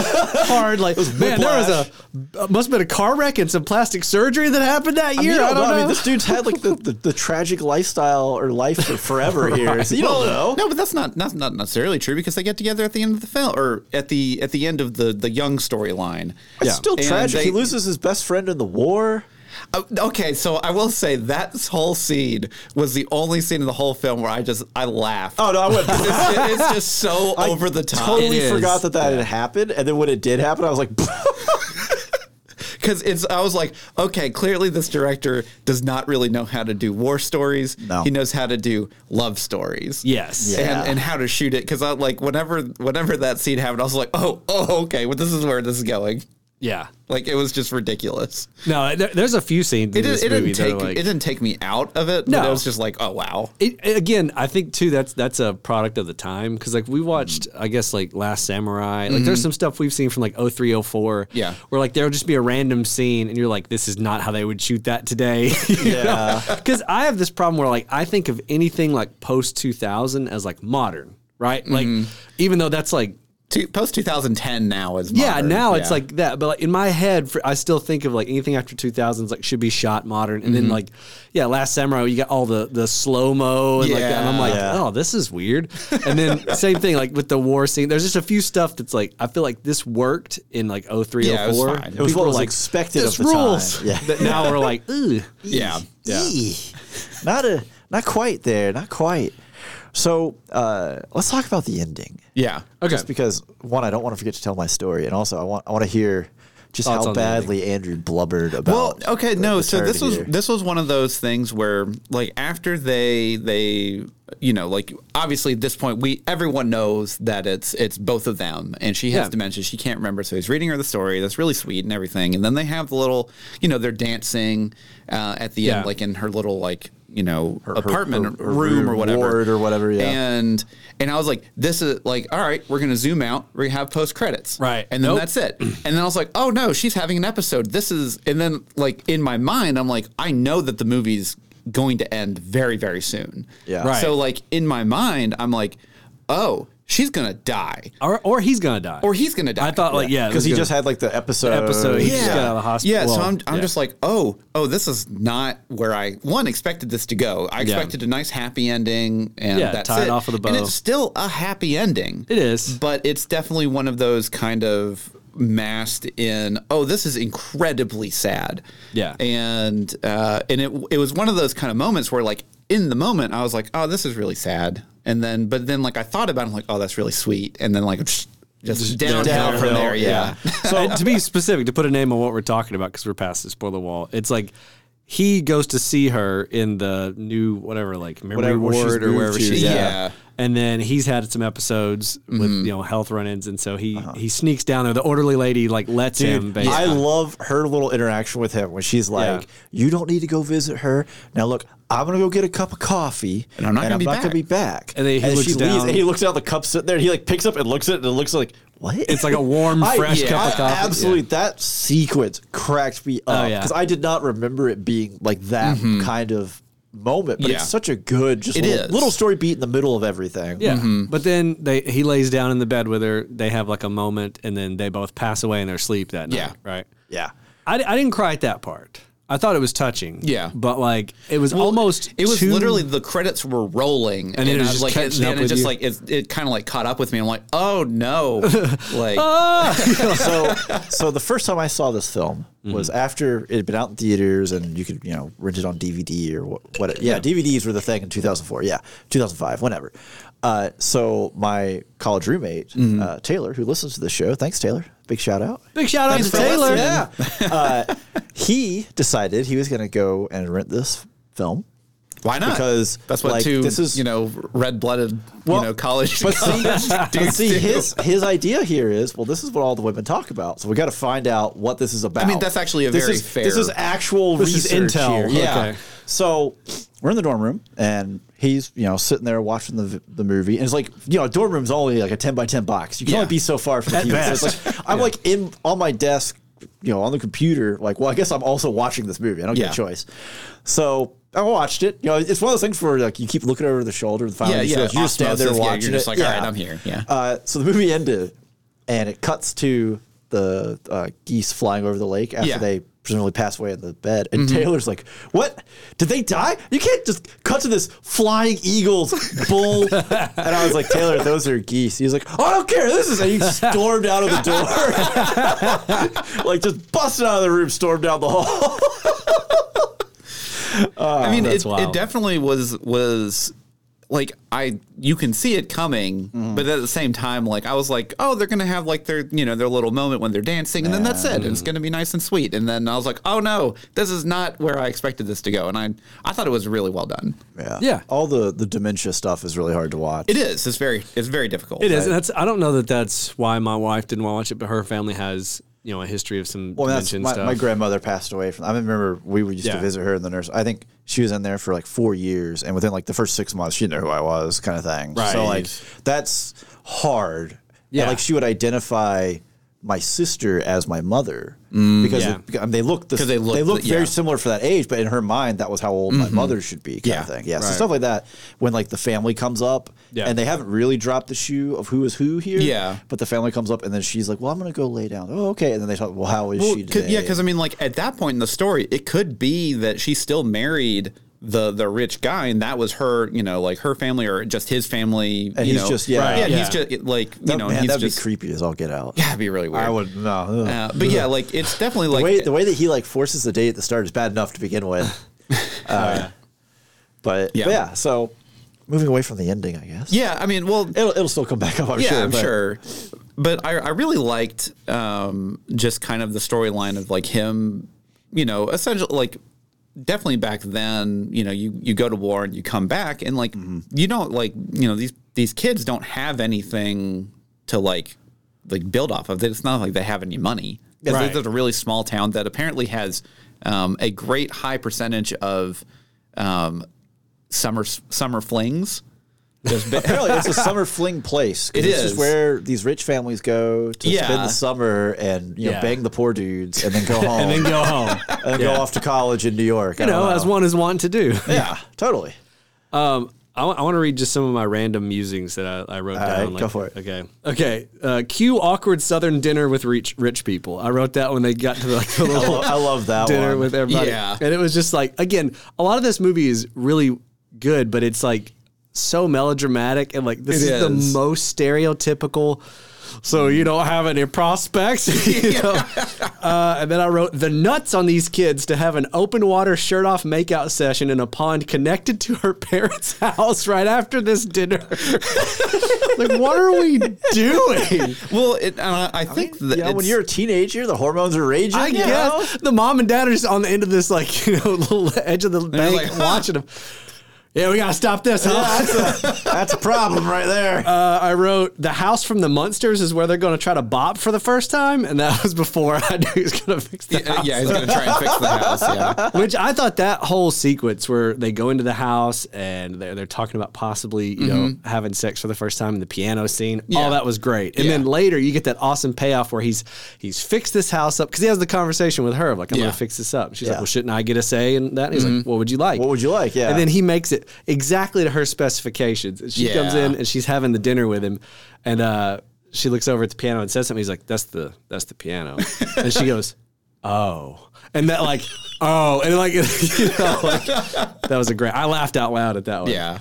hard like man, there was whiplash. a must have been a car wreck and some plastic surgery that happened that year. you I don't know. I mean, this dude's had like the, the, the tragic lifestyle or life for forever here. So you don't know. No, but that's not that's not necessarily true because they get together at the end of the film or at the at the end of the the young storyline. It's still And tragic. he they- loses his best friend in the war. Uh, okay, so I will say that whole scene was the only scene in the whole film where I just I laughed. Oh no, I went. it's, it's just so over the top. Totally It forgot is. that that had happened, and then when it did happen, I was like, because it's I was like, okay, clearly this director does not really know how to do war stories. No. He knows how to do love stories. Yes. Yeah. And, and how to shoot it because I like whenever whenever that scene happened, I was like, oh oh okay, well this is where this is going. yeah. Like it was just ridiculous. No, there, there's a few scenes in It, this did, not movie that take are like it didn't take me out of it. No. but it was just like oh wow. It, again, I think too that's that's a product of the time because like we watched, I guess like Last Samurai. Like there's some stuff we've seen from like 03, 04, Yeah. where like there'll just be a random scene and you're like, this is not how they would shoot that today. yeah, because I have this problem where like I think of anything like post 2000 as like modern, right? Like even though that's like Two, post 2010 now is yeah, modern. now it's Yeah. like that. But like in my head, for, I still think of like anything after 2000s like should be shot modern. And Mm-hmm. then like, yeah, Last Samurai, you got all the the slow mo and like that. And I'm like, Yeah. oh, this is weird. And then same thing like with the war scene. There's just a few stuff that's like I feel like this worked in like 03, Yeah, it was 04. fine. it was People what were was like, expected of this the rules. time. Yeah. That now we're like, ooh, yeah. Yeah. not a not quite there, not quite. So uh, let's talk about the ending. Yeah. okay, Just because one, I don't want to forget to tell my story, and also I want I want to hear just Thoughts how on the ending? badly Andrew blubbered about. Well, okay, the- no. the So this Terminator. was this was one of those things where, like, after they they you know, like, obviously at this point, we everyone knows that it's it's both of them, and she has Yeah. dementia. She can't remember, so he's reading her the story. That's really sweet and everything. And then they have the little, you know, they're dancing uh, at the Yeah. end, like in her little like you know apartment her- her room, or room, whatever ward or whatever, yeah. And and I was like, this is like, all right, we're gonna zoom out. We're gonna have post credits, Right. And then Nope. that's it. And then I was like, oh no, she's having an episode. This is, and then like in my mind, I'm like, I know that the movie's going to end very, very soon. Yeah. Right. So like in my mind, I'm like, oh, she's gonna die, or or he's gonna die. or he's gonna die. I thought like yeah, because he he's just gonna- had like the episode. episode. He just Yeah. got out of the hospital. Yeah, so Well, I'm, I'm yeah. just like, oh, oh, this is not where I one expected this to go. I Yeah. expected a nice happy ending, and Yeah, that's tie it it. off with a And bow. it's still a happy ending. It is. but it's definitely one of those kind of masked in. Oh, this is incredibly sad. Yeah. and uh, and it it was one of those kind of moments where like in the moment I was like, oh, this is really sad, and then but then like I thought about, it, I'm like, oh, that's really sweet, and then like. Just, just downhill, from downhill, there, yeah. so to be specific, to put a name on what we're talking about, because we're past the spoiler wall, it's like he goes to see her in the new whatever, like memory Whatever, where she's ward or moved wherever to, she's yeah. at. Yeah. And then he's had some episodes with Mm-hmm. you know health run-ins, and so he he sneaks down there. The orderly lady like lets him. Uh-huh. Dude, Basically. I love her little interaction with him when she's like, "You don't need to go visit her now. Look, I'm gonna go get a cup of coffee, And I'm not gonna be back." back." And then he looks she leaves, down. and he looks out the cup sitting there. And he like picks up and looks at it and looks like what? It's like a warm, fresh yeah, cup of coffee. Oh, Absolutely, that sequence cracked me up yeah. Mm-hmm. because I did not remember it being like that kind of moment. But Yeah. it's such a good, just It little, is. little story beat in the middle of everything. Yeah. But then they he lays down in the bed with her. They have like a moment, and then they both pass away in their sleep that night. Yeah. Right. yeah. I, I didn't cry at that part. I thought it was touching. Yeah. But like it was almost It was too- literally the credits were rolling, and, then it I was was just like, it, catching up then it with just you. like it, it kind of like caught up with me. I'm like, oh no, like so so the first time I saw this film was after it had been out in theaters and you could you know rent it on DVD or what, what yeah, DVDs were the thing in 2004 yeah 2005 whenever uh, so my college roommate uh, Taylor who listens to the show thanks Taylor big shout out big shout out to Thanks for Taylor. listening. yeah uh, he decided he was going to go and rent this film why not? because, that's what like, two this is- you know red blooded Well, you know college. but see, college but dudes see do. his his idea here is well this is what all the women talk about so we got to find out what this is about that's actually a this very is, fair- this is actual This is research intel. here. yeah Okay. so we're in the dorm room and he's you know sitting there watching the the movie and it's like you know a dorm room's only like a 10 by 10 box you can Yeah. only be so far from the TV. So it's like, i'm like in on my desk you know on the computer like well i guess i'm also watching this movie i don't get Yeah. a choice so I watched it. You know, it's one of those things where like you keep looking over the shoulder, and finally Yeah, you yeah, realize you just stand there osmosis, yeah, you're watching just it. like, "All right, I'm here," yeah. Uh, so the movie ended, and it cuts to the uh, geese flying over the lake after Yeah. Mm-hmm. they presumably pass away in the bed. And Taylor's like, "What? Did they die? You can't just cut to this flying eagles bull." and I was like, "Taylor, those are geese." He was like, "Oh, I don't care. This is." And he stormed out of the door, like just busted out of the room, stormed down the hall. I mean, it, wild. it definitely was was like I you can see it coming, Mm-hmm. but at the same time, like I was like, oh, they're gonna have like their you know their little moment when they're dancing, and then that's it, and it's gonna be nice and sweet. And then I was like, oh no, this is not where I expected this to go, and I I thought it was really well done. Yeah. Yeah. All the the dementia stuff is really hard to watch. It is. It's very it's very difficult. It is. And that's I don't know that that's why my wife didn't want to watch it, but her family has you know a history of some Well, that's dementia and my, stuff. my grandmother passed away from. I remember we would used Yeah. to visit her in the nurse. I think she was in there for like four years, and within like the first six months, she knew who I was, kind of thing. So Right. like that's hard. And, Yeah. like she would identify my sister as my mother because Yeah. it- because, I mean, they look the, 'Cause they they look look the- very yeah. similar for that age, but in her mind, that was how old my mother should be, kind Yeah. of thing. Yeah. So Right. stuff like that. When like the family comes up, Yeah. and they haven't really dropped the shoe of who is who here. Yeah. But the family comes up, and then she's like, "Well, I'm gonna go lay down." Oh, okay. And then they talk, "Well, how is Well, she could- today?" yeah, because I mean, like at that point in the story, it could be that she still married the the rich guy, and that was her, you know, like her family or just his family. And you he's know. just- yeah. yeah, Right, he's yeah. just like you That- know, man, he's that'd just be creepy as all get out. yeah, it'd be really weird. I would no. ugh. uh, but yeah, like it's definitely the like way the way that he like forces the date at the start is bad enough to begin with. Uh, but, but yeah. Yeah. so moving away from the ending, I guess. Yeah, I mean, well, It'll, it'll still come back up, I'm yeah, sure. I'm but- sure. But I, I really liked um, just kind of the storyline of like him, you know, essentially like definitely back then, you know, you, you go to war and you come back and like Mm-hmm. you don't like, you know, these these kids don't have anything to like like build off of. It's not like they have any money. This Right. is a really small town that apparently has um, a great high percentage of um, summer summer flings. Just ba- Apparently, it's a summer fling place. 'cause It this is. where these rich families go to Yeah. spend the summer and you know Yeah. bang the poor dudes and then go home and and, then go home. go off to college in New York. you know, as one is wont to do. yeah, totally. Um, I, want to read just some of my random musings that I, I wrote down. right, go for it. Okay. Okay. Uh, cue awkward Southern dinner with rich, rich people. I wrote that when they got to the, like, the I little lo- I love that dinner one. with everybody. Yeah. And it was just like, again, a lot of this movie is really good, but it's like so melodramatic and like this It is is. the most stereotypical. So you don't have any prospects, you know. uh, and then I wrote the nuts on these kids to have an open water shirt off makeout session in a pond connected to her parents' house right after this dinner. like, what are we doing? Well, it, uh, I think that Yeah, when it's- you're a teenager, the hormones are raging. I you know? guess the mom and dad are just on the end of this, like you know, little edge of the bank, like, huh. watching them. Yeah, we gotta stop this, huh? That's a problem right there. Uh, I wrote the house from the Munsters is where they're gonna try to bop for the first time, and that was before I knew he was gonna fix the Uh, house. yeah, he's gonna try and fix the house. Yeah, Which I thought that whole sequence where they go into the house and they're, they're talking about possibly, you know, Mm-hmm. having sex for the first time in the piano scene. Yeah. All that was great. And then Yeah. later you get that awesome payoff where he's he's fixed this house up because he has the conversation with her of like, I'm Yeah. gonna fix this up. She's Yeah. Mm-hmm. like, Well, shouldn't I get a say in that? And he's like, What would you like? What would you like? Yeah. And then he makes it exactly to her specifications. And she comes Yeah. in and she's having the dinner with him and uh she looks over at the piano and says something. He's like, "That's the that's the piano," and she goes, "Oh," and that like, "Oh," and like, you know, like that was a great. I laughed out loud at that one. yeah.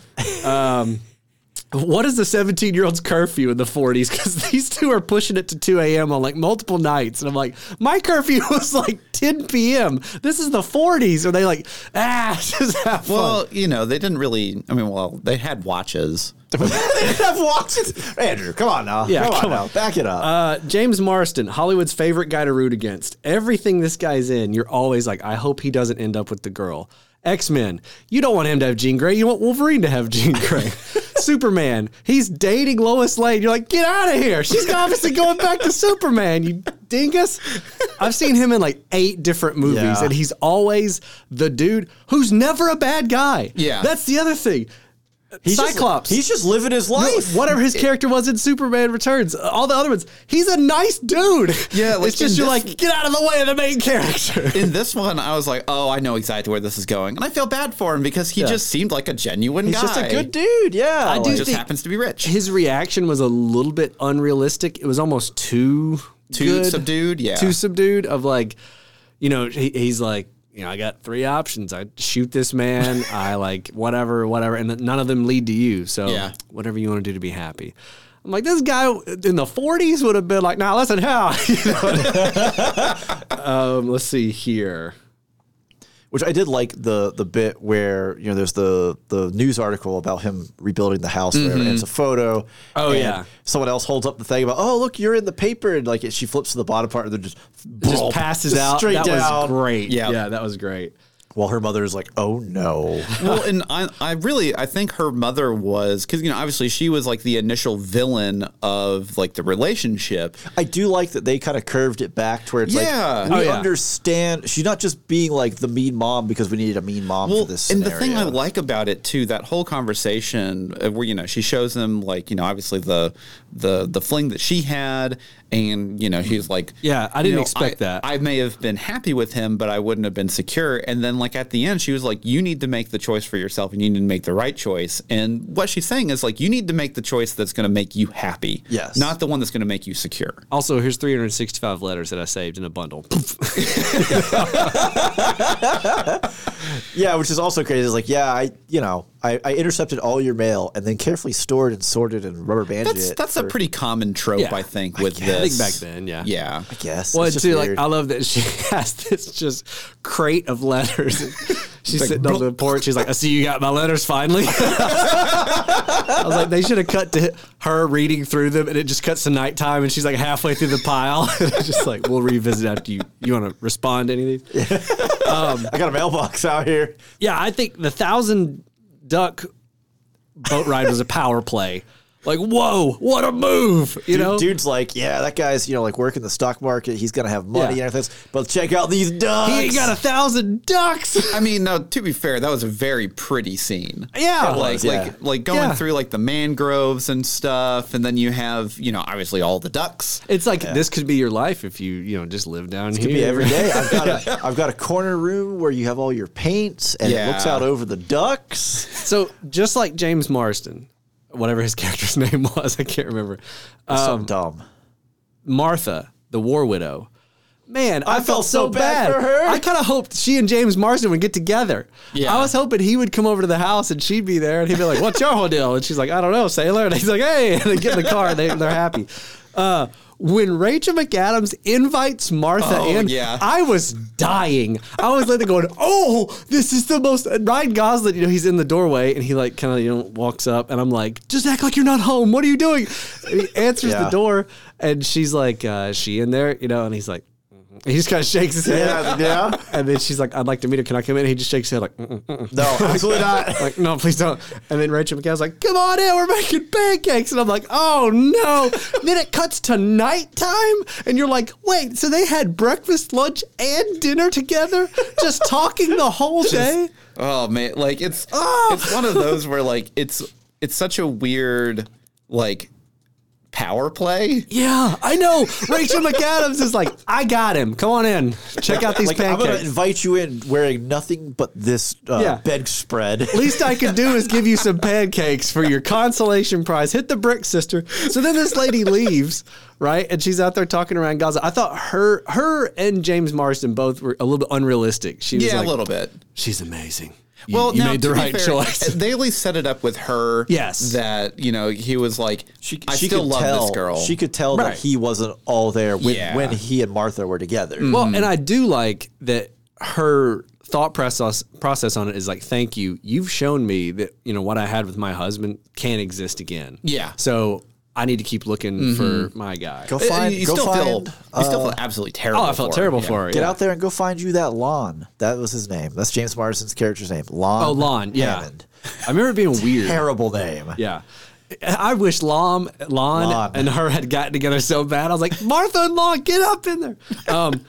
What is the seventeen-year-old's curfew in the forties? Because these two are pushing it to two a.m. on like multiple nights, and I'm like, my curfew was like ten p.m. This is the forties. Are they like, ah, just have fun? Well, you know, they didn't really. I mean, well, they had watches. I've watched it. Andrew, come on now. Yeah, come on come now. on. Back it up. Uh, James Marston, Hollywood's favorite guy to root against. Everything this guy's in, you're always like, I hope he doesn't end up with the girl. X Men, you don't want him to have Jean Grey. You want Wolverine to have Jean Grey. Superman, he's dating Lois Lane. You're like, get out of here. She's obviously going back to Superman, you dingus. I've seen him in like eight different movies, Yeah. and he's always the dude who's never a bad guy. Yeah. That's the other thing. he's just- Cyclops. he's just living his life. Whatever his character was in Superman Returns, all the other ones, he's a nice dude. Yeah, like it's just in you're this- like, get out of the way of the main character. In this one, I was like, oh, I know exactly where this is going, and I feel bad for him because he just seemed like a genuine He's guy. just a good dude. Yeah. I do He just think- happens to be rich, His reaction was a little bit unrealistic. It was almost too too good, subdued. Yeah, too subdued. Of like, you know, he, he's like, you know, I got three options. I shoot this man. I like whatever, whatever, and none of them lead to you. So Yeah. whatever you want to do to be happy. I'm like, this guy in the 40s would have been like, nah, listen, how? You know? um, let's see here. Which I did like the the bit where you know there's the the news article about him rebuilding the house. Where it's a photo. Oh, and yeah. Someone else holds up the thing about oh look you're in the paper and like it, she flips to the bottom part and they're just just boom, passes just out. straight that down. was great. Yeah. yeah, that was great. While her mother is like oh no. well, and I, I really, I think her mother was because you know, obviously, she was like the initial villain of like the relationship. I do like that they kind of curved it back to where it's Yeah. like we Oh, yeah. understand she's not just being like the mean mom because we needed a mean mom for this. and Scenario. the thing I like about it too, that whole conversation uh, where you know she shows him like you know obviously the the the fling that she had, and you know he's like, Yeah, I you didn't know, expect I- that. I may have been happy with him, but I wouldn't have been secure. And then like at the end, she was like, you need to make the choice for yourself, and you need to make the right choice. And what she's saying is like, you need to make the choice that's going to make you happy, Yes. not the one that's going to make you secure. Also, here's 365 letters that I saved in a bundle. Yeah, which is also crazy. It's like, yeah, I, you know, I, I intercepted all your mail and then carefully stored and sorted and rubber banded That's it. that's a pretty common trope, Yeah. I think, with I think this. back then, yeah. Yeah. guess. Well, It's just too, weird. like I love that she has this just crate of letters. She's sitting on the porch. She's like, "I see you got my letters finally." I was like, they should have cut to her reading through them, and it just cuts to nighttime, and she's like halfway through the pile. It's just like, we'll revisit after you. You want to respond to any of these? Um, I got a mailbox out here. Yeah, I think the thousand duck boat ride was a power play. Like, whoa, what a move! You Dude- know, dude's like, yeah, that guy's, you know, like working the stock market. He's gonna have money Yeah. and everything. But check out these ducks. he ain't got a thousand ducks. I mean, now to be fair, that was a very pretty scene. Yeah. It like was, yeah. like like going Yeah. through like the mangroves and stuff, and then you have you know obviously all the ducks. It's like this could be your life if you you know just live down here. Could be every day. I've got a, I've got a corner room where you have all your paints, and it looks Yeah. out over the ducks. So just like James Marston, whatever his character's name was, I can't remember. Uh, Something dumb. Martha, the war widow. Man, I, felt so bad for her. I kind of hoped she and James Marston would get together. Yeah. I was hoping he would come over to the house and she'd be there and he'd be like, "What's your whole deal?" And she's like, "I don't know, sailor." And he's like, "Hey," and they get in the car and they, they're happy. Uh, when Rachel McAdams invites Martha Oh, in, yeah. I was dying. I was like going, "Oh, this is the most." and Ryan Gosling, you know, he's in the doorway and he like kind of you know walks up, and I'm like, "Just act like you're not home. What are you doing?" And he answers the Yeah. door, and she's like, uh, "Is she in there?" You know, and he's like, "Mhm." he just kind of shakes his head, yeah. and then she's like, "I'd like to meet her. Can I come in?" And he just shakes his head like, "Mm-mm." No, absolutely not. like, "No, please don't." And then Rachel McAdams like, "Come on in. We're making pancakes," and I'm like, "Oh no!" then it cuts to nighttime, and you're like, "Wait, so they had breakfast, lunch, and dinner together, just talking the whole day?" Oh man, like it's Oh! it's one of those where like it's it's such a weird like power play. Yeah, I know. Rachel McAdams is like, "I got him. Come on in. Check out these Like I'm pancakes." gonna invite you in wearing nothing but this uh, Yeah. bedspread. least I could do is give you some pancakes for your consolation prize. Hit the brick, sister. So then this lady leaves, right? And she's out there talking around Gaza. I thought her her and James Marsden both were a little bit unrealistic. She was Yeah, like, a little bit. she's amazing. You, Well, you now, made the to be right fair, choice. They at least set it up with her. Yes. that you know he was like, She, I she still could love tell, this girl. She could tell Right. that he wasn't all there when, Yeah. when he and Martha were together. Well, Hmm. and I do like that her thought process process on it is like, thank you. You've shown me that you know what I had with my husband can't exist again. Yeah. Mm-hmm. So I need to keep looking for my guy. Go You- find, you, go still feel, find, uh, you still feel absolutely terrible. Oh, I felt for her, terrible yeah. for her. get yeah. out there and go find you that Lon. That was his name. That's James Marsden's character's name. Lon. Oh, Lon. Yeah. Hammond. I remember it being weird. Terrible name. Yeah. I wish Lom, Lon, Lon. and her had gotten together so bad. I was like, Martha and Lon, get up in there. Um,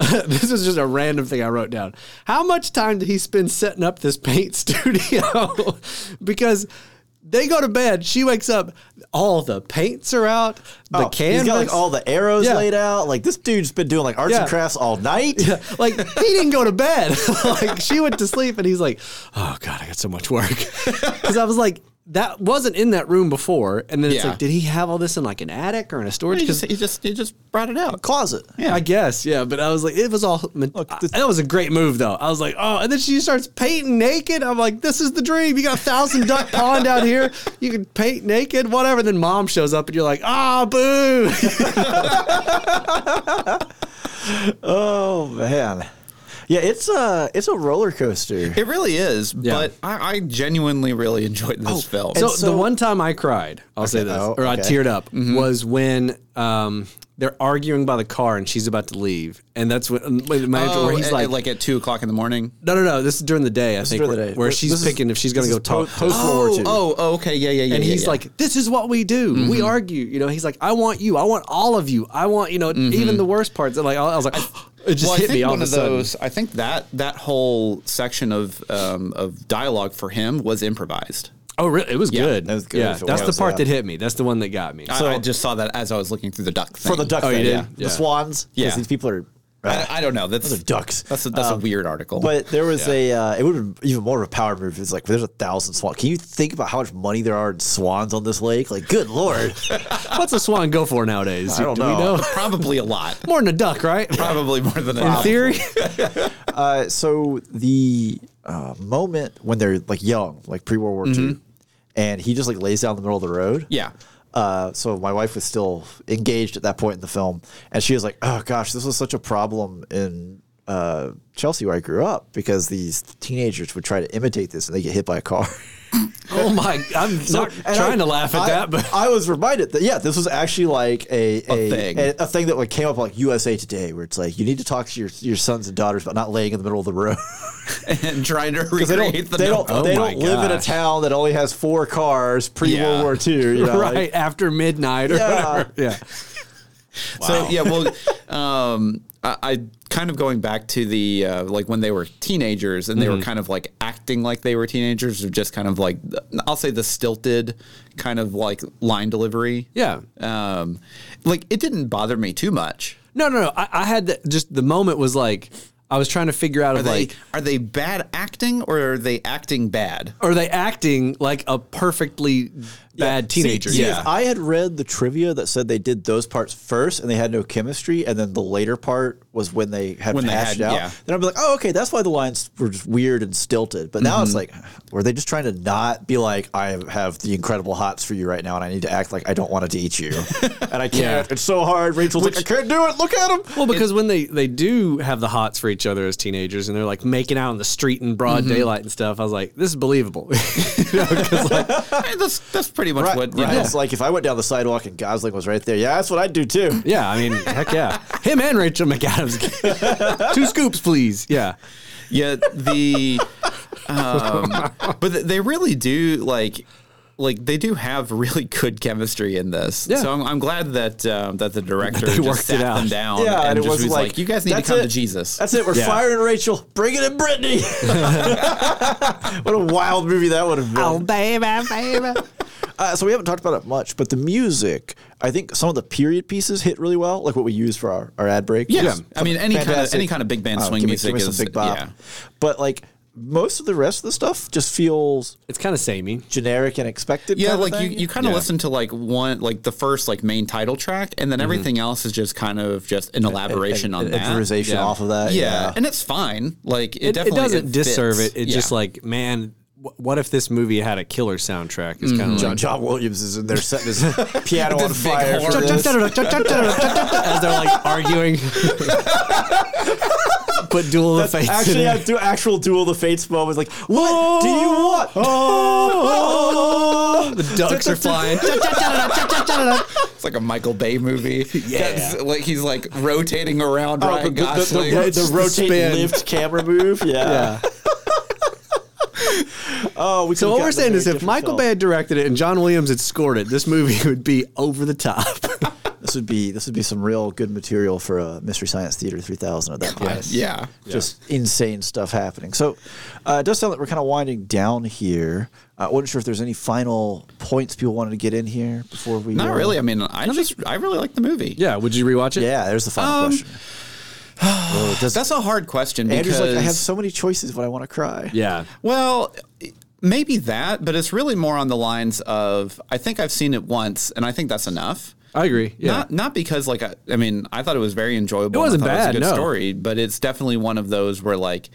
this is just a random thing I wrote down. How much time did he spend setting up this paint studio? because they go to bed, she wakes up, all the paints are out, the Oh, canvas. He's got like all the arrows Yeah. laid out. Like this dude's been doing like arts Yeah. and crafts all night. like he didn't go to bed. like she went to sleep, and he's like, "Oh God, I got so much work." Because I was like, that wasn't in that room before, and then it's Yeah. like, did he have all this in like an attic or in a storage? He Because just, he just he just brought it out. Closet. I guess, yeah. But I was like, it was all. I- this- that was a great move, though. I was like, oh, and then she starts painting naked. I'm like, this is the dream. You got a thousand duck pond out here. You can paint naked, whatever. Then mom shows up, and you're like, ah, boo. Oh man. Yeah, it's a it's a roller coaster. It really is, but I, I genuinely really enjoyed this film. So, so- the one time I cried, I'll say this, oh, or I okay. teared up, was when um, they're arguing by the car and she's about to leave, and that's when when my Oh, where he's at- like, at, at two o'clock in the morning. no, no, no, this is during the day, I think, during the where, day. where This she's is- picking if she's gonna go this talk. is po- post- World War Oh, II. oh, oh, okay, yeah, yeah, yeah. and yeah, he's yeah. like, "This is what we do. We Mm-hmm. argue." You know, he's like, "I want you. I want all of you. I want you know Mm-hmm. even the worst parts." And like, I I was like, it just well, I hit think me all one of a of sudden. those. I think that that whole section of um, of dialogue for him was improvised. Oh, really? It was good. that was good. Yeah, If it that's was, the part yeah. that hit me. That's the one that got me. I, I just saw that as I was looking through the duck thing. For the duck Oh, you thing, did? yeah. Yeah. The swans. 'cause Yeah. These people are I, I don't know. That's those are ducks. That's a, that's a weird article. But there was a uh, it would have been even more of a power move. It's like there's a thousand swans. Can you think about how much money there are in swans on this lake? Like, good lord. What's a swan go for nowadays? I don't do know. We know? probably a lot. More than a duck, right? Probably more than In a theory, uh, so the uh, moment when they're like young, like pre World War Mm-hmm. II, and he just like lays down in the middle of the road. Yeah. Uh, so my wife was still engaged at that point in the film, and she was like, "Oh gosh, this was such a problem in uh, Chelsea where I grew up because these teenagers would try to imitate this and they get hit by a car." Oh my! I'm not And trying I- to laugh at I- that, but I was reminded that yeah, this was actually like a a, thing. a, a thing that like came up like USA Today, where it's like you need to talk to your your sons and daughters about not laying in the middle of the road and trying to because recreate they don't the Oh they don't, they notebook. my don't live in a gosh. town that only has four cars pre World Yeah. War II. You know, right like- after midnight or Yeah. whatever. Yeah. So yeah, well, um, I, I kind of going back to the uh, like when they were teenagers and they were kind of like acting like they were teenagers, or just kind of like I'll say the stilted kind of like line delivery. Yeah. um, like it didn't bother me too much. No, no, no. I, I had the, just the moment was like I was trying to figure out Are if they like are they bad acting or are they acting bad? are they acting like a perfectly bad teenager? See, see, Yeah. if I had read the trivia that said they did those parts first and they had no chemistry, and then the later part was when they had When they hashed had- out. yeah. Then I'd be like, oh, okay, that's why the lines were just weird and stilted. But now it's like, Mm-hmm. were they just trying to not be like, I have the incredible hots for you right now, and I need to act like I don't want it to eat you, and I can't. It's so hard. Rachel's like, I can't do it. Look at him. Well, because when they they do have the hots for each other as teenagers, and they're like making out in the street in broad Mm-hmm. daylight and stuff, I was like, this is believable. You know, 'cause, like, Eh, that's that's pretty much Right, what. You right. know. It's like if I went down the sidewalk and Gosling was right there. Yeah, that's what I'd do too. yeah, I mean, heck yeah, him and Rachel McAdams, two scoops, please. Yeah, Yeah, the um, but th- they really do like like they do have really good chemistry in this. Yeah. So I'm, I'm glad that um, that the director they just worked sat it out. them down Yeah, and, and, it just was, like, you guys need to "That's come it. to Jesus. That's it. We're Yeah. firing Rachel. Bring it in, Brittany. what a wild movie that would have been. Um, baby, baby. Uh, so we haven't talked about it much, but the music. I think some of the period pieces hit really well, like what we use for our, our ad break. Yeah. Yeah. I mean any kind of Fantastic. any kind of big band Uh, swing give me- music give me some is big bop. yeah. But like most of the rest of the stuff just feels It's kind of samey. generic and expected. Yeah, kind of like you, thing. you kind of Yeah. listen to like one like the first like main title track, Mm-hmm. and then everything else is just kind of just an elaboration on an that improvisation Yeah. off of that, Yeah. yeah. and it's fine. Like it, It, it definitely doesn't disserve fits. it. It's Yeah. just like, man, wh- what if this movie had a killer soundtrack? It's kind of John, John Williams is in there setting his piano on big fire. For horn. like this. as they're like arguing. Put duel of the fates. in Actually, there. I do actual duel of the fates moment. Like, what do you Oh. want? the ducks are flying. It's like a Michael Bay movie. Yeah, like he's like rotating around Oh, Ryan the, the, the, Gosling. the, It's the just the rotate spin. lift camera move. Yeah. Oh, we So what we're saying is, if Michael Bay had directed it and John Williams had scored it, this movie would be over the top. this would be this would be some real good material for a Mystery Science Theater 3000 at that point. yeah. Just insane stuff happening. So uh, it does sound like we're kind of winding down here. I wasn't sure if there's any final points people wanted to get in here before we. Not uh, really. I mean, I just I really like the movie. yeah, would you rewatch it? Yeah, there's the final Um, question. Oh, does, that's a hard question Andrew's because like, I have so many choices when I want to cry. Yeah. well, maybe that, but it's really more on the lines of I think I've seen it once, and I think that's enough. I agree. Yeah. Not not because like I, I mean I thought it was very enjoyable. It wasn't and I thought bad, It was a no. good story, but it's definitely one of those where like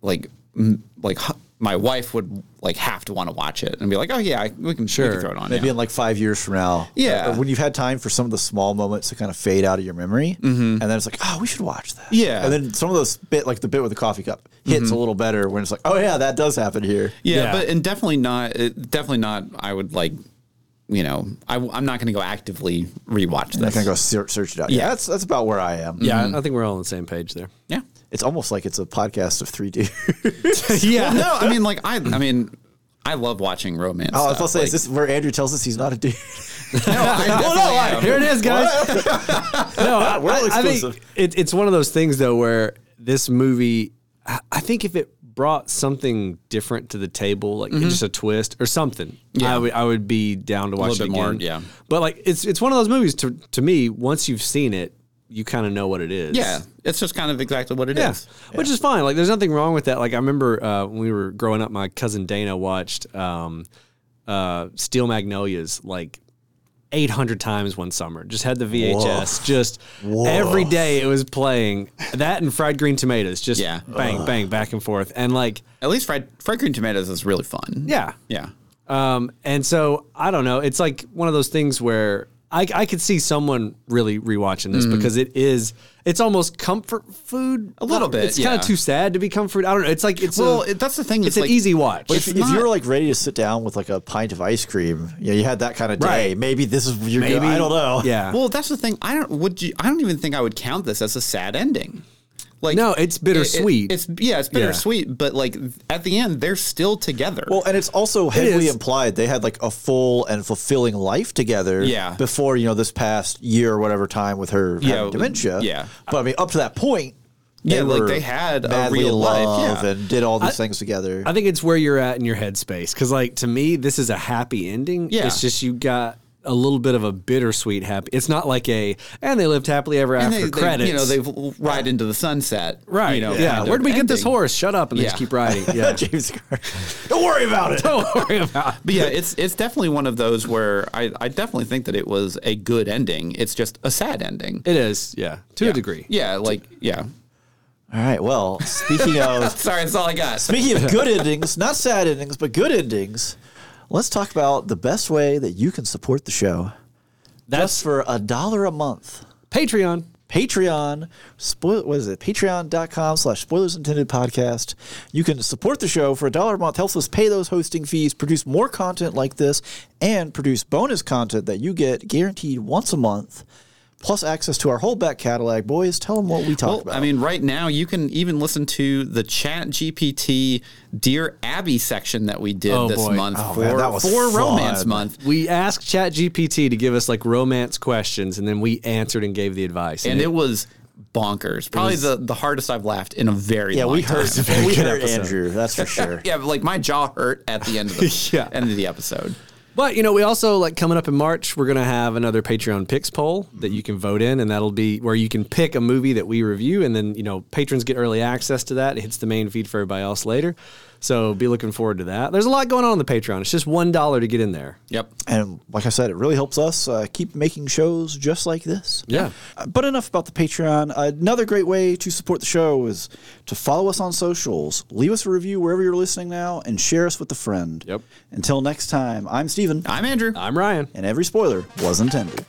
like m- like h- my wife would like have to want to watch it and be like, oh yeah, I, we can sure Sure. throw it on. Maybe yeah. in like five years from now. Yeah. uh, When you've had time for some of the small moments to kind of fade out of your memory. And then it's like, oh, we should watch that. Yeah. And then some of those bit, like the bit with the coffee cup, hits a little better when it's like, oh, yeah, that does happen here. Yeah, Yeah. but and definitely not. It, definitely not. I would like, you know, I, am not going to go actively rewatch I'm not this. going to go search, search it out. Yeah. That's, that's about where I am. yeah, I think we're all on the same page there. yeah. It's almost like it's a podcast of three dudes. yeah. No, I mean, like I, I mean, I love watching romance. oh, I was stuff. going to say, like, is this where Andrew tells us he's not a dude? no, I definitely am. Here it is, guys. no, I, We're all I- I think exclusive. it, it's one of those things though where this movie, I I think if it brought something different to the table, like Mm-hmm. just a twist or something, I would I would be down to watch little it bit more, again. yeah. but like it's it's one of those movies to to me. Once you've seen it, you kind of know what it is. Yeah, it's just kind of exactly what it is. Yeah. Which is fine. Like, there's nothing wrong with that. Like, I remember uh, when we were growing up, my cousin Dana watched um, uh, Steel Magnolias like 800 times one summer. Just had the VHS. Just every day it was playing that and fried green tomatoes. Just Yeah. bang, bang, back and forth. And like, At least fried fried green tomatoes is really fun. yeah. Yeah. Um, and so I don't know. It's like one of those things where I, I could see someone really rewatching Mm-hmm. this because it is, it's almost comfort food. A little bit, It's kind yeah. of too sad to be comfort. I don't know. It's like, it's, Well, a, it- that's the thing. it's an like- easy watch. But if, It's if you not- were like ready to sit down with like a pint of ice cream, you know, you had that kind of day. Right. Maybe this is your. Maybe I don't know. Yeah. Well, that's the thing. I don't. Would you? I don't even think I would count this as a sad ending. Like No, it's bittersweet. It, it's yeah, it's bittersweet. But like at the end, they're still together. Well, and it's also heavily is. implied they had like a full and fulfilling life together. Yeah. Before you know this past year or whatever time with her Yeah, having dementia. yeah. But I mean, up to that point, Yeah, like, were they had a madly real in life, love yeah. and did all these things together. I think it's where you're at in your headspace. Because, like, to me, this is a happy ending. Yeah. It's just you got a little bit of a bittersweet happy. It's not like a, and they lived happily ever and after they, credits. they you know they ride into the sunset. right. You know, yeah. kind of Where did we get this ending. horse? Shut up. And they Yeah. just keep riding. Yeah. James Carter. Don't worry about it. Don't worry about it. But yeah, it's it's definitely one of those where I, I definitely think that it was a good ending. It's just a sad ending. It is. Yeah. To a degree. Yeah, like yeah. All right. Well, speaking of Sorry, that's all I got. Speaking of good endings, not sad endings, but good endings, let's talk about the best way that you can support the show. That's Just for a dollar a month. Patreon. Patreon, spoil, what is it? Patreon.com slash spoilers intended podcast. You can support the show for a dollar a month, helps us pay those hosting fees, produce more content like this, and produce bonus content that you get guaranteed once a month, plus access to our whole back catalog. Boys, tell them what we talked Well, about. I mean, right now you can even listen to the Chat GPT Dear Abby section that we did Oh, this boy. month for, man, that was for fun. Romance Month. We asked ChatGPT to give us like romance questions, and then we answered and gave the advice. And it was bonkers. Probably the, the hardest I've laughed in a very yeah, long we time. heard, we good heard episode. Andrew, that's for sure. Yeah, but like my jaw hurt at the end of the Yeah. end of the episode. But you know, we also like coming up in March, we're gonna have another Patreon picks poll that you can vote in, and that'll be where you can pick a movie that we review, and then you know, patrons get early access to that. It hits the main feed for everybody else later. So be looking forward to that. There's a lot going on on the Patreon. It's just one dollar to get in there. Yep. And like I said, it really helps us uh, keep making shows just like this. Yeah. Uh, But enough about the Patreon. Another great way to support the show is to follow us on socials, leave us a review wherever you're listening now, and share us with a friend. Yep. Until next time, I'm Steven, I'm Andrew. I'm Ryan. and every spoiler was intended.